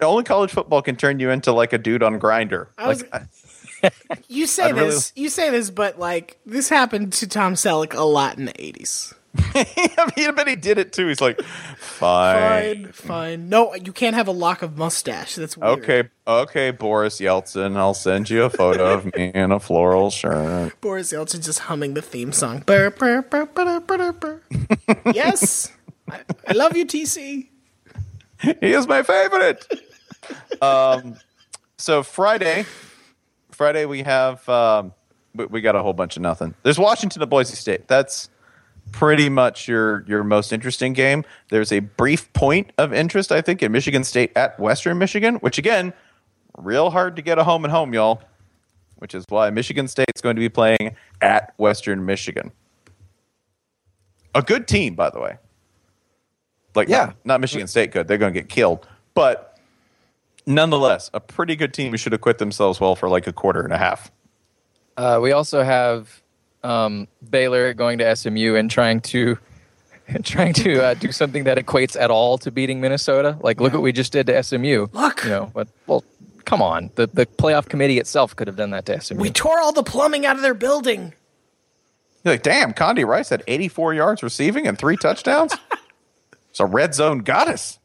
Speaker 1: Only college football can turn you into like a dude on Grinder.
Speaker 2: I was- You say
Speaker 1: I'd really-
Speaker 2: this, you say this, but like this happened to Tom Selleck a lot in the eighties.
Speaker 1: I mean, but he did it too. He's like, fine.
Speaker 2: Fine, fine. No, you can't have a lock of mustache. That's weird.
Speaker 1: Okay, okay, Boris Yeltsin, I'll send you a photo of me in a floral shirt.
Speaker 2: Boris Yeltsin just humming the theme song. Burr, burr, burr, burr, burr, burr. yes, I, I love you, TC.
Speaker 1: He is my favorite. Um, so Friday, Friday we have um, we, we got a whole bunch of nothing. There's Washington and Boise State. That's pretty much your your most interesting game. There's a brief point of interest, I think, in Michigan State at Western Michigan, which again, real hard to get a home and home, y'all. Which is why Michigan State's going to be playing at Western Michigan. A good team, by the way. Like,
Speaker 3: Yeah.
Speaker 1: not, not Michigan State good. They're going to get killed. But nonetheless, a pretty good team who should have quit themselves well for like a quarter and a half.
Speaker 3: Uh, we also have um, Baylor going to SMU and trying to trying to uh, do something that equates at all to beating Minnesota. Like, look what we just did to SMU.
Speaker 2: Look.
Speaker 3: you know, but well, come on. The the playoff committee itself could have done that to SMU.
Speaker 2: We tore all the plumbing out of their building.
Speaker 1: You're like, damn, Condi Rice had 84 yards receiving and three touchdowns. it's a red zone goddess.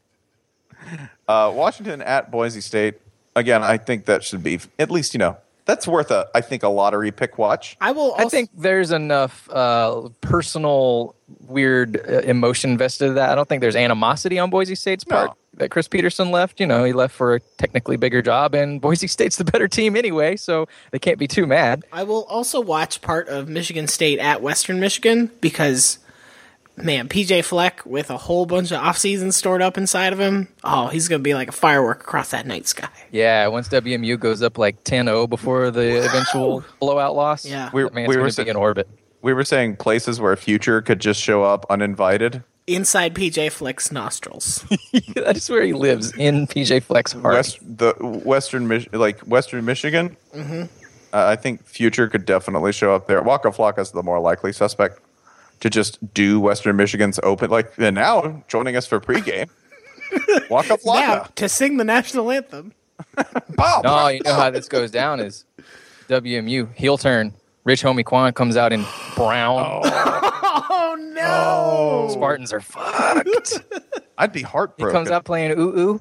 Speaker 1: Uh, Washington at Boise State. Again, I think that should be at least, you know, that's worth a, I think, a lottery pick watch.
Speaker 2: I will. Also,
Speaker 3: I think there's enough uh, personal weird uh, emotion vested in that. I don't think there's animosity on Boise State's
Speaker 1: No.
Speaker 3: part that Chris Peterson left. You know, he left for a technically bigger job, and Boise State's the better team anyway, so they can't be too mad.
Speaker 2: I will also watch part of Michigan State at Western Michigan because, man, PJ Fleck with a whole bunch of off seasons stored up inside of him. Oh, he's gonna be like a firework across that night sky.
Speaker 3: Yeah, once WMU goes up like 10-0 before the eventual blowout loss,
Speaker 2: Yeah.
Speaker 3: we
Speaker 1: We-
Speaker 3: man, it's
Speaker 1: we were
Speaker 3: going to
Speaker 1: sit-
Speaker 3: be in orbit.
Speaker 1: We were saying places where future could just show up uninvited.
Speaker 2: Inside PJ Fleck's nostrils.
Speaker 3: that is where he lives in PJ Flex heart.
Speaker 1: West, the Western, Mich- like Western Michigan. Mm-hmm. Uh, I think future could definitely show up there. Waka Flocka's the more likely suspect. to just do Western Michigan's open. Like, and now joining us for pregame, Waka
Speaker 2: Now,
Speaker 1: Flocka.
Speaker 2: to sing the national anthem.
Speaker 1: Bob.
Speaker 3: No, Oh, you know how this goes down is WMU heel turn. Rich homie Quan comes out in brown.
Speaker 2: Oh, no.
Speaker 3: Spartans are fucked.
Speaker 1: Oh. I'd be
Speaker 3: He
Speaker 1: heartbroken.
Speaker 3: comes out playing ooh ooh.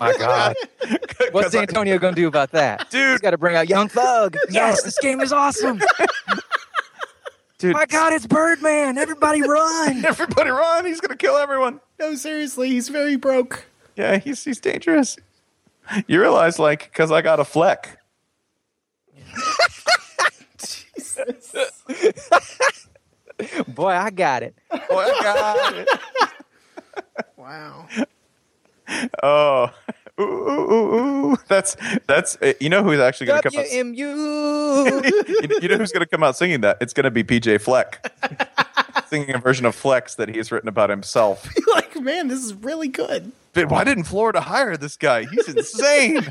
Speaker 3: My God,
Speaker 1: 'Cause
Speaker 3: what's
Speaker 1: I-
Speaker 3: Antonio gonna do about that,
Speaker 1: Dude.
Speaker 3: He's got to bring out Young Thug. Yes, this game is awesome.
Speaker 1: dude,
Speaker 3: My God, it's Birdman. Everybody run.
Speaker 1: everybody run. He's going to kill everyone.
Speaker 2: No, seriously, he's very broke.
Speaker 1: Yeah, he's, he's dangerous. You realize, like, because I got a fleck.
Speaker 2: Jesus.
Speaker 3: Boy, I got it.
Speaker 1: Oh, I got it.
Speaker 2: Wow.
Speaker 1: Oh, ooh, ooh, ooh, ooh. That's that's. uh, You know who's actually going to come. Out,
Speaker 3: WMU.
Speaker 1: you- you know who's going to come out singing that? It's going to be PJ Fleck, singing a version of Flex that he's written about himself.
Speaker 2: like, man, this is really good.
Speaker 1: But why didn't Florida hire this guy? He's insane.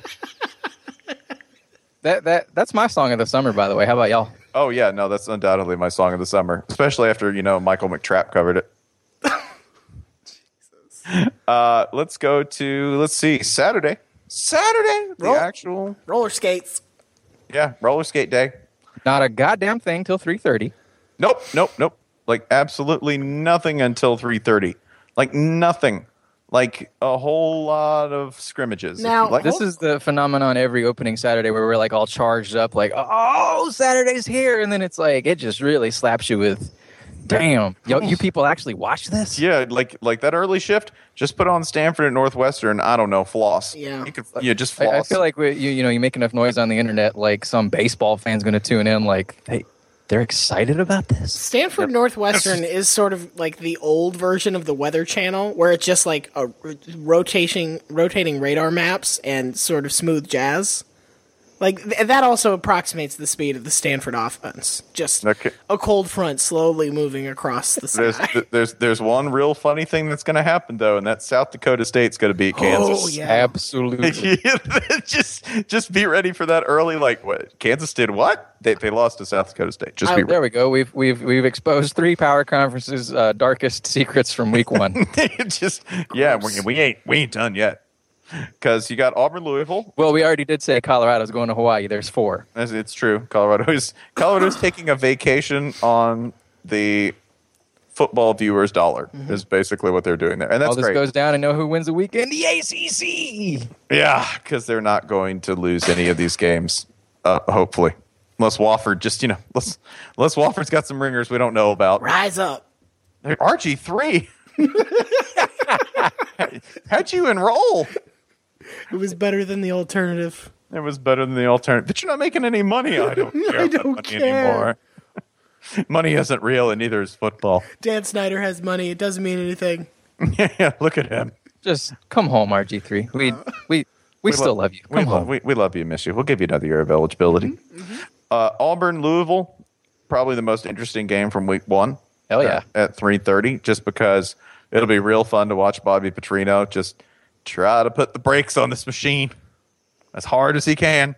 Speaker 3: that that that's my song of the summer, by the way. How about y'all?
Speaker 1: oh yeah, no, that's undoubtedly my song of the summer, especially after you know Michael McTrapp covered it. Uh, let's go to let's see Saturday. Saturday, the
Speaker 2: Roll-
Speaker 1: actual
Speaker 2: Roller skates.
Speaker 1: yeah roller skate day.
Speaker 3: Not a goddamn thing till three thirty.
Speaker 1: Nope, nope, nope. Like absolutely nothing until 3:30. Like nothing. Like a whole lot of scrimmages. if you
Speaker 2: Now-
Speaker 1: like.
Speaker 3: This is the phenomenon every opening Saturday where we're like all charged up, like, oh, Saturday's here. And then it's like, it just really slaps you with, damn, yo, you people actually watch this?
Speaker 1: yeah, like like that early shift. Just put on Stanford and Northwestern. I don't know, floss.
Speaker 2: Yeah.
Speaker 1: you could, yeah, just floss.
Speaker 3: I, I feel like we, you, you know, you make enough noise on the internet, like some baseball fan's going to tune in, like, hey, they're excited about this.
Speaker 2: Stanford Northwestern is sort of like the old version of the Weather Channel, where it's just like a r- rotating rotating radar maps and sort of smooth jazz. Like th- that also approximates the speed of the Stanford offense. Just
Speaker 1: Okay.
Speaker 2: a cold front slowly moving across the sky.
Speaker 1: there's th- there's there's one real funny thing that's going to happen though, and that's South Dakota State's going to beat Kansas.
Speaker 2: Oh, yeah.
Speaker 3: Absolutely.
Speaker 1: just just be ready for that early. Like what Kansas did? What they they lost to South Dakota State. Just be ready.
Speaker 3: There we go. We've we've we've exposed three power conferences' uh, darkest secrets from week one.
Speaker 1: It just yeah, we, we ain't we ain't done yet because you got Auburn, Louisville.
Speaker 3: well, we already did say Colorado's going to Hawaii. There's four.
Speaker 1: That's- It's true. Colorado is Colorado's taking a vacation on the football viewers' dollar is basically what they're doing there, and
Speaker 3: Mm-hmm.
Speaker 1: that's
Speaker 3: All this
Speaker 1: great.
Speaker 3: goes down and know who wins the weekend. The ACC.
Speaker 1: yeah, because they're not going to lose any of these games, uh, hopefully. Unless Wofford just you know, unless unless Wofford's got some ringers we don't know about.
Speaker 2: Rise up.
Speaker 1: RG three. How'd you enroll?
Speaker 2: It was better than the alternative.
Speaker 1: It was better than the alternative. But you're not making any money. I don't care. about
Speaker 2: don't
Speaker 1: money
Speaker 2: care.
Speaker 1: anymore. money isn't real, and neither is football.
Speaker 2: Dan Snyder has money. It doesn't mean anything.
Speaker 1: yeah, yeah, look at him.
Speaker 3: Just come home, RG three. We we we still love you. Come
Speaker 1: Uh, we,
Speaker 3: home.
Speaker 1: love, we, we love you, miss you. We'll give you another year of eligibility.
Speaker 2: Mm-hmm,
Speaker 1: Uh, Auburn, Louisville, probably the most interesting game from week one.
Speaker 3: Hell yeah.
Speaker 1: At, at 3.30, just because it'll be real fun to watch Bobby Petrino just try to put the brakes on this machine as hard as he can.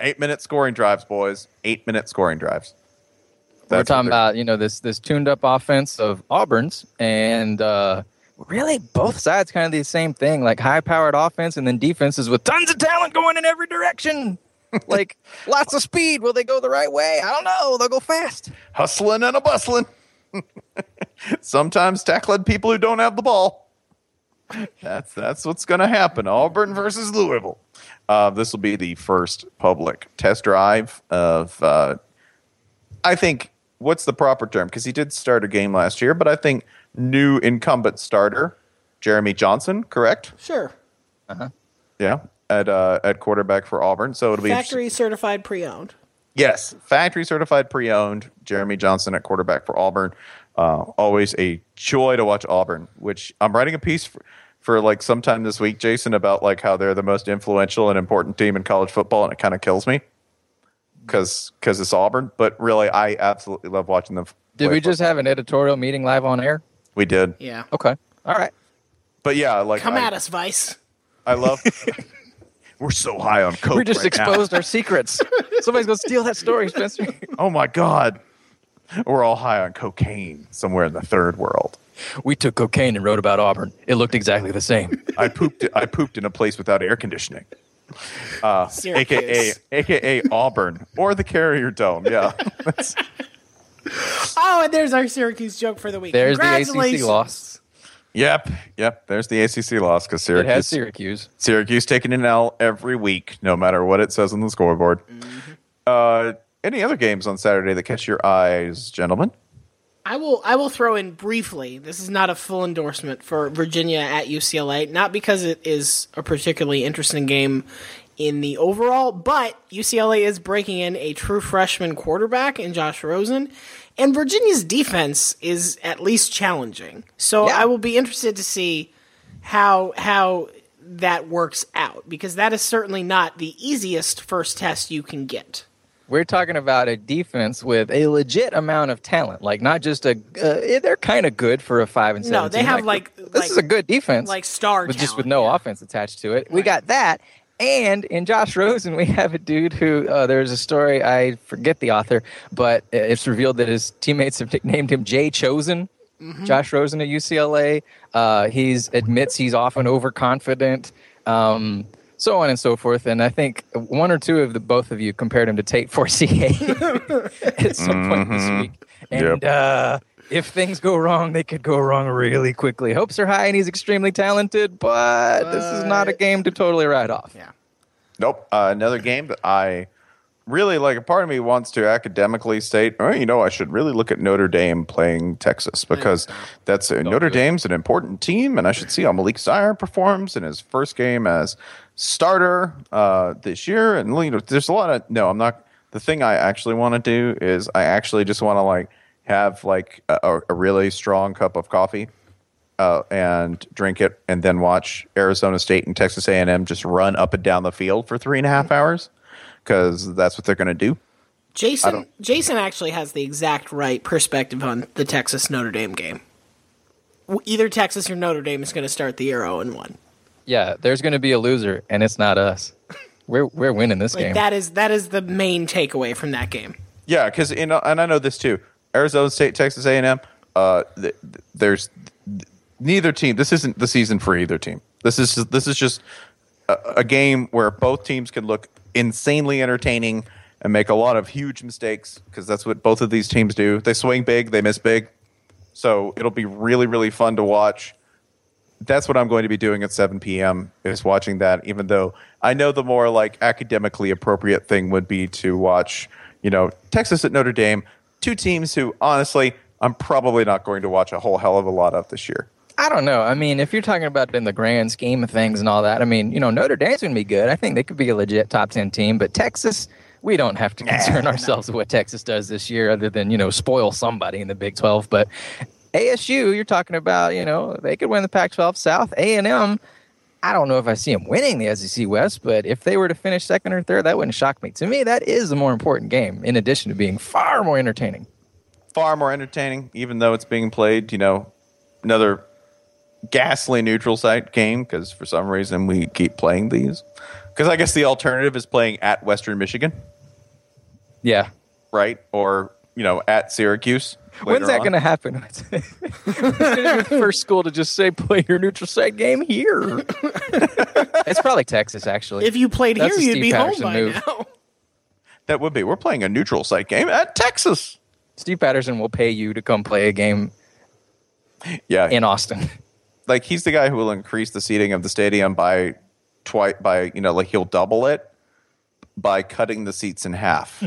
Speaker 1: Eight-minute scoring drives, boys. Eight-minute scoring drives.
Speaker 3: We're
Speaker 1: That's what
Speaker 3: talking
Speaker 1: they're-
Speaker 3: about you know this this tuned up offense of Auburn's and. uh Really, both sides kind of the same thing, like high-powered offense, and then defenses with tons of talent going in every direction, like lots of speed. Will they go the right way? I don't know. They'll go fast.
Speaker 1: hustling and a bustling. Sometimes tackling people who don't have the ball. That's that's what's going to happen. Auburn versus Louisville. Uh, this will be the first public test drive of. Uh, I think what's the proper term because he did start a game last year, but I think new incumbent starter Jeremy Johnson, correct?
Speaker 2: Sure.
Speaker 1: Yeah, at uh, at quarterback for Auburn. So it'll be interesting-
Speaker 2: Factory certified pre owned.
Speaker 1: Yes, factory certified pre-owned Jeremy Johnson at quarterback for Auburn. Uh, always a joy to watch Auburn. Which I'm writing a piece for, for like sometime this week, Jason, about like how they're the most influential and important team in college football, and it kind of kills me because it's Auburn. But really, I absolutely love watching them.
Speaker 3: Did
Speaker 1: play
Speaker 3: we just
Speaker 1: football.
Speaker 3: have an editorial meeting live on air?
Speaker 1: We did.
Speaker 2: Yeah.
Speaker 3: Okay. All right.
Speaker 1: But yeah, like
Speaker 2: Come
Speaker 1: I,
Speaker 2: at us, Vice.
Speaker 1: I love. We're so high on coke.
Speaker 3: We just
Speaker 1: right now.
Speaker 3: exposed our secrets. Somebody's gonna steal that story, Spencer.
Speaker 1: Oh my god. We're all high on cocaine somewhere in the third world.
Speaker 3: We took cocaine and wrote about Auburn. It looked exactly the same.
Speaker 1: I pooped. I pooped in a place without air conditioning. Uh, AKA,
Speaker 2: Syracuse.
Speaker 1: AKA Auburn or the Carrier Dome. Yeah, That's-
Speaker 2: Oh, and there's our Syracuse joke for the week.
Speaker 3: There's the ACC
Speaker 2: Congratulations.
Speaker 3: loss.
Speaker 1: yep, yep. There's the ACC loss because
Speaker 3: It has
Speaker 1: Syracuse,
Speaker 3: Syracuse.
Speaker 1: Syracuse taking an L every week, no matter what it says on the scoreboard. Uh, any other games on Saturday that catch your eyes, gentlemen?
Speaker 2: I will I will throw in briefly. This is not a full endorsement for Virginia at UCLA, not because it is a particularly interesting game in the overall, but UCLA is breaking in a true freshman quarterback in Josh Rosen, and Virginia's defense is at least challenging. So
Speaker 3: Yeah.
Speaker 2: I will be interested to see how how that works out because that is certainly not the easiest first test you can get.
Speaker 3: We're talking about a defense with a legit amount of talent. Like not just a. Uh, they're kind of good for a five and seven.
Speaker 2: No, they
Speaker 3: team.
Speaker 2: have,
Speaker 3: this
Speaker 2: like-
Speaker 3: is a good defense.
Speaker 2: Like star
Speaker 3: but just with
Speaker 2: talent.
Speaker 3: no offense attached to it. We got that. And in Josh Rosen, we have a dude who uh, there's a story I forget the author, but it's revealed that his teammates have nicknamed him Jay Chosen.
Speaker 2: Mm-hmm.
Speaker 3: Josh Rosen at UCLA. Uh, he's admits he's often overconfident, um, so on and so forth. And I think one or two of the both of you compared him to Tate Forcier at some point this week. And uh, if things go wrong, they could go wrong really quickly. Hopes are high, and he's extremely talented, but, this is not a
Speaker 2: But-
Speaker 3: game to totally write off.
Speaker 2: Yeah.
Speaker 1: Nope. Uh, another game that I really like. A part of me wants to academically state, oh, you know, I should really look at Notre Dame playing Texas because that's uh, Notre
Speaker 3: do it.
Speaker 1: Dame's an important team, and I should see how Malik Sire performs in his first game as starter uh, this year. And you know, there's a lot of no. I'm not. The thing I actually want to do is I actually just want to like have like a, a really strong cup of coffee uh, and drink it, and then watch Arizona State and Texas A&M just run up and down the field for three and a half hours because that's what they're going to do.
Speaker 2: Jason Jason actually has the exact right perspective on the Texas Notre Dame game. W- Either Texas or Notre Dame is going to start the year 0 and 1.
Speaker 3: Yeah, there's going to be a loser, and it's not us. We're we're winning this
Speaker 2: Like
Speaker 3: game.
Speaker 2: that is that is the main takeaway from that game.
Speaker 1: Yeah, because you know, and I know this too. Arizona State, Texas A&M. Uh, th- th- there's th- neither team. This isn't the season for either team. This is this is just a, a game where both teams can look insanely entertaining and make a lot of huge mistakes because that's what both of these teams do. They swing big, they miss big. So it'll be really really fun to watch. That's what I'm going to be doing at 7 p.m. is watching that. Even though I know the more like academically appropriate thing would be to watch, you know, Texas at Notre Dame, two teams who honestly I'm probably not going to watch a whole hell of a lot of this year.
Speaker 3: I don't know. I mean, if you're talking about it in the grand scheme of things and all that, I mean, you know, Notre Dame's going to be good. I think they could be a legit top 10 team, but Texas, we don't have to concern ourselves with what Texas does this year other than, you know, spoil somebody in the Big 12, but ASU, you're talking about, you know, they could win the Pac-12 South. A&M, I don't know if I see them winning the SEC West, but if they were to finish second or third, that wouldn't shock me. To me, that is the more important game in addition to being far more entertaining.
Speaker 1: Far more entertaining, even though it's being played, you know, another ghastly neutral site game because for some reason we keep playing these. Because I guess the alternative is playing at Western Michigan,
Speaker 3: Yeah.
Speaker 1: right? Or you know, at Syracuse. later
Speaker 3: When's
Speaker 1: on.
Speaker 3: that going to happen? it's gonna be the first school to just say play your neutral site game here. it's probably Texas, actually.
Speaker 2: If you played
Speaker 3: That's a
Speaker 2: here, you'd
Speaker 3: Steve
Speaker 2: be
Speaker 3: Patterson
Speaker 2: home by
Speaker 3: move.
Speaker 2: now.
Speaker 1: That would be. We're playing a neutral site game at Texas.
Speaker 3: Steve Patterson will pay you to come play a game
Speaker 1: Yeah,
Speaker 3: in Austin.
Speaker 1: like he's the guy who will increase the seating of the stadium by twice by you know like he'll double it by cutting the seats in half.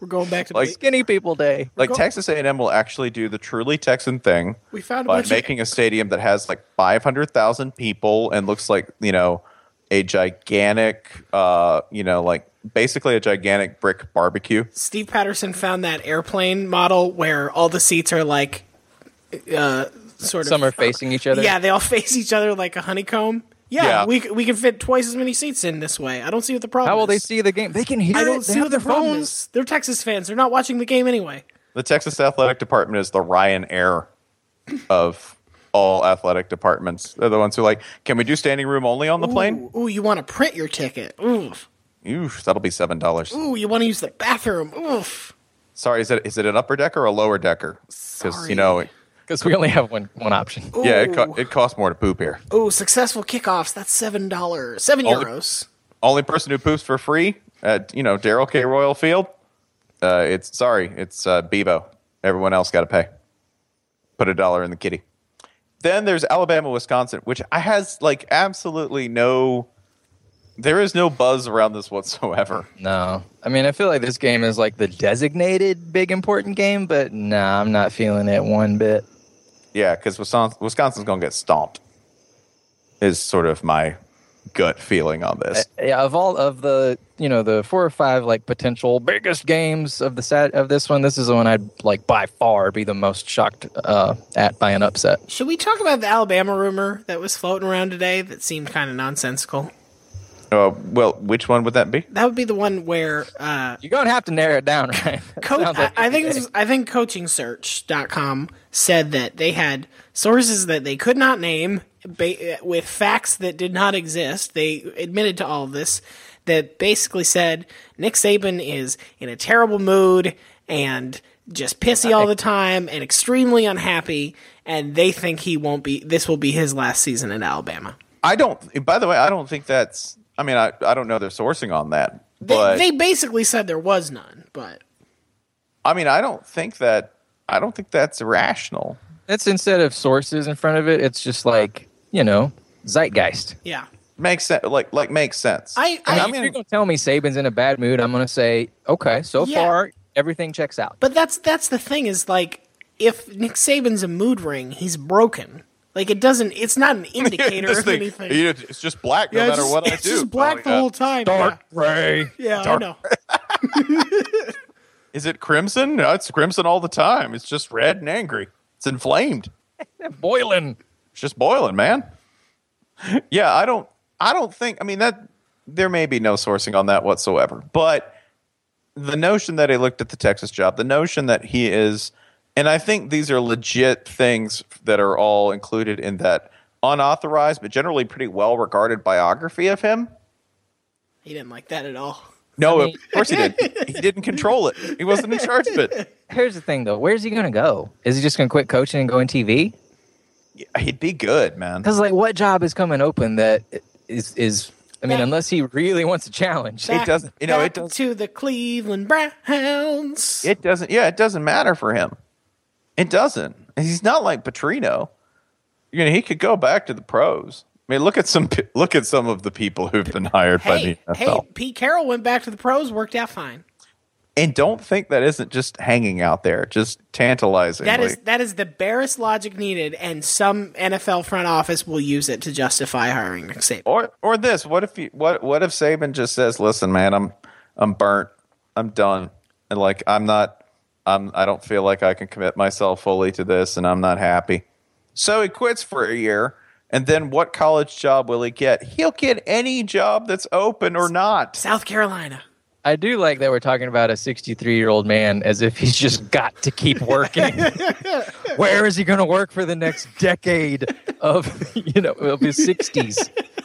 Speaker 2: We're going back to
Speaker 1: Like-
Speaker 2: the,
Speaker 3: Skinny people day.
Speaker 1: like Texas A&M will actually do the truly Texan thing
Speaker 2: we found a
Speaker 1: by
Speaker 2: bunch
Speaker 1: making a stadium that has like 500,000 people and looks like, you know, a gigantic uh, you know, like basically a gigantic brick barbecue.
Speaker 2: of Steve Patterson found that airplane model where all the seats are like uh sort of
Speaker 3: Some are facing each other.
Speaker 2: Yeah, they all face each other like a honeycomb. Yeah,
Speaker 1: Yeah.
Speaker 2: we c- we can fit twice as many seats in this way. I don't see what the problem
Speaker 3: How will they
Speaker 2: is.
Speaker 3: see the game? They can hear
Speaker 2: I
Speaker 3: it.
Speaker 2: don't see
Speaker 3: They have
Speaker 2: what the
Speaker 3: their
Speaker 2: problem
Speaker 3: phones.
Speaker 2: is. They're Texas fans. They're not watching the game anyway.
Speaker 1: The Texas Athletic Department is the Ryan Air of all athletic departments. They're the ones who are like, can we do standing room only on the plane?
Speaker 2: Ooh, ooh, you want to print your ticket. Oof.
Speaker 1: Oof, that'll be $7.
Speaker 2: Ooh, you want to use the bathroom. Oof.
Speaker 1: Sorry, is it is it an upper decker or a lower decker? Because
Speaker 2: Sorry.
Speaker 1: you know, it-
Speaker 3: because we only have one one option.
Speaker 1: yeah, it, co-
Speaker 2: Ooh.
Speaker 1: it costs more to poop here.
Speaker 2: Oh, successful kickoffs. That's seven dollars, seven
Speaker 1: All the-
Speaker 2: euros.
Speaker 1: Only person who poops for free at you know Daryl K. Royal Field. Uh, it's sorry, it's uh, Bebo. Everyone else got to pay. Put a dollar in the kitty. Then there's Alabama, Wisconsin, which I has like absolutely no. There is no buzz around this whatsoever.
Speaker 3: No, I mean I feel like this game is like the designated big important game, but nah, I'm not feeling it one bit.
Speaker 1: Yeah, because Wisconsin, Wisconsin's going to get stomped. Is sort of my gut feeling on
Speaker 2: Eh.
Speaker 3: Uh,
Speaker 1: this.
Speaker 3: yeah, of all of the you know the four or five like potential biggest games of the set of this one, this is the one I'd like by far be the most shocked uh, at by an upset.
Speaker 2: Should we talk about the Alabama rumor that was floating around today that seemed kind of nonsensical?
Speaker 1: Uh, well, which one would that be?
Speaker 2: That would be the one where uh,
Speaker 3: You're gonna have to narrow it down, right?
Speaker 2: coach. I, I think this was, I think CoachingSearch.com said that they had sources that they could not name ba- with facts that did not exist. They admitted to all of this that basically said Nick Saban is in a terrible mood and just pissy all the time and extremely unhappy, and they think he won't be. This will be his last season at Alabama.
Speaker 1: I don't. By the way, I don't think that's. I mean, I, I don't know their sourcing on that, but
Speaker 2: they, they basically said there was none, but
Speaker 1: I mean, I don't think that. I don't think that's rational.
Speaker 3: It's instead of sources in front of it, it's just like you know zeitgeist.
Speaker 2: yeah.
Speaker 1: Makes sense. Like like makes sense.
Speaker 2: I-
Speaker 3: I
Speaker 2: I-
Speaker 3: mean,
Speaker 1: I'm
Speaker 3: if
Speaker 1: gonna-
Speaker 3: you're gonna tell me Saban's in a bad mood, I'm gonna say okay. So
Speaker 2: Yeah.
Speaker 3: far, everything checks out.
Speaker 2: But that's that's the thing is like if Nick Saban's a mood ring, he's broken. Like it doesn't. It's not an indicator
Speaker 1: This
Speaker 2: of
Speaker 1: thing,
Speaker 2: anything.
Speaker 1: you know, It's just black, no
Speaker 2: Yeah, it's
Speaker 1: matter
Speaker 2: just-
Speaker 1: what I do.
Speaker 2: it's just black
Speaker 1: Oh,
Speaker 2: the
Speaker 1: yeah.
Speaker 2: whole time.
Speaker 3: gray.
Speaker 2: Yeah, yeah I know.
Speaker 1: Is it crimson? No, it's crimson all the time. It's just red and angry. It's inflamed.
Speaker 3: boiling.
Speaker 1: It's just boiling, man. yeah, I don't I don't think I mean that there may be no sourcing on that whatsoever. But the notion that he looked at the Texas job, the notion that he is and I think these are legit things that are all included in that unauthorized but generally pretty well regarded biography of him.
Speaker 2: He didn't like that at all.
Speaker 1: No,
Speaker 3: I mean-
Speaker 1: of course he did. He didn't control it. He wasn't in charge of it.
Speaker 3: Here's the thing, though. Where's he gonna go? Is he just gonna quit coaching and go in TV?
Speaker 1: He'd be good, man.
Speaker 3: Because like, what job is coming open that is is? I mean,
Speaker 2: That-
Speaker 3: unless he really wants a challenge.
Speaker 1: That- doesn't- you know, it
Speaker 2: back
Speaker 1: doesn't-
Speaker 2: To the Cleveland Browns.
Speaker 1: It doesn't. Yeah, it doesn't matter for him. It doesn't. And He's not like Petrino. You know, he could go back to the pros. I mean, look at some pe- look at some of the people who've been hired
Speaker 2: hey,
Speaker 1: by the
Speaker 2: hey,
Speaker 1: NFL,
Speaker 2: Pete Carroll went back to the pros. Worked out fine.
Speaker 1: and don't think that isn't just hanging out there, just tantalizingly.
Speaker 2: That is that is the barest logic needed, and some NFL front office will use it to justify hiring Nick Saban.
Speaker 1: or or this. What if you what what if Saban just says, "Listen, man, I'm I'm burnt. I'm done. And like I'm not I'm I don't feel like I can commit myself fully to this and I'm not happy." So he quits for a year. And then what college job will he get? He'll get any job that's open or not.
Speaker 2: South Carolina.
Speaker 3: I do like that we're talking about a 63 year old man as if he's just got to keep working. Where is he going to work for the next decade of you know of his 60s?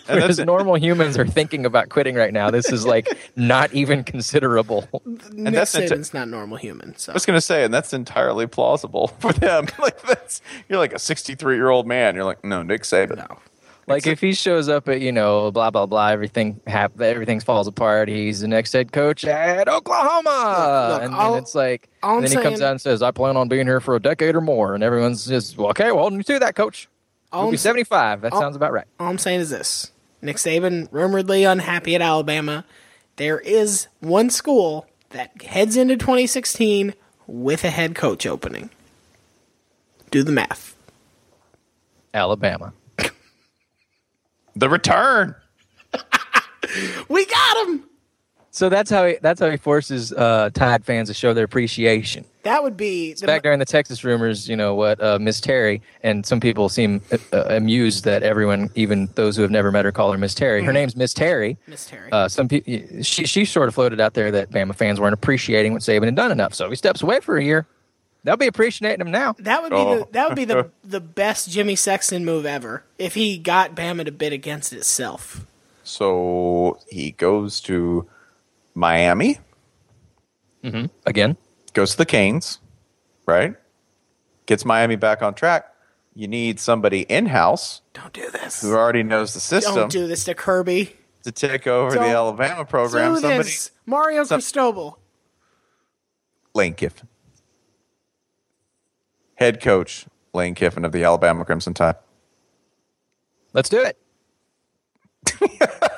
Speaker 1: And that's
Speaker 3: Whereas
Speaker 1: it.
Speaker 3: normal humans are thinking about quitting right now. This is like not even considerable.
Speaker 2: Nick
Speaker 1: that's inte-
Speaker 2: Saban's not a normal human.
Speaker 1: I
Speaker 2: So
Speaker 1: was going to say, and that's entirely plausible for them. like that's you're like a 63 year old man. You're like, no, Nick Saban.
Speaker 2: no.
Speaker 3: Like if he shows up at you know blah blah blah, everything hap- everything falls apart. He's the next head coach at Oklahoma,
Speaker 2: Look, look,
Speaker 3: and
Speaker 2: all-
Speaker 3: then it's like
Speaker 2: all
Speaker 3: and
Speaker 2: I'm
Speaker 3: then he comes
Speaker 2: saying-
Speaker 3: out and says, "I plan on being here for a decade or more," and everyone's just well, okay. Well, hold me to that, coach.
Speaker 2: All
Speaker 3: We'll be
Speaker 2: I'm saying-
Speaker 3: seventy-five. That sounds about right.
Speaker 2: All I'm saying is this: Nick Saban rumoredly unhappy at Alabama. There is one school that heads into 2016 with a head coach opening. Do the math.
Speaker 3: Alabama.
Speaker 1: The return.
Speaker 2: We got him.
Speaker 3: So that's how he, that's how he forces uh, Tide fans to show their appreciation.
Speaker 2: That would be the,
Speaker 3: Back during the Texas rumors, you know what uh, Miss Terry and some people seem uh, amused that everyone, even those who have never met her, call her Miss Terry. Her name's Miss Terry.
Speaker 2: Mm-hmm. Miss Terry.
Speaker 3: Uh, some people, she she sort of floated out there that Bama fans weren't appreciating what Saban had done enough. So if he steps away for a year, they'll be appreciating him now.
Speaker 2: that would be
Speaker 1: oh.
Speaker 2: the, that would be the the best Jimmy Sexton move ever if he got Bama to bid against itself.
Speaker 1: So he goes to Miami.
Speaker 3: Again,
Speaker 1: goes to the Canes, right? Gets Miami back on track. You need somebody in house
Speaker 2: Don't do this.
Speaker 1: who already knows the system
Speaker 2: Don't do this to Kirby.
Speaker 1: to take over the
Speaker 2: Don't
Speaker 1: Alabama program.
Speaker 2: do
Speaker 1: Somebody,
Speaker 2: this, Mario
Speaker 1: some-
Speaker 2: Cristobal.
Speaker 1: Lane Kiffin, head coach Lane Kiffin of the Alabama Crimson Tide.
Speaker 3: Let's do it.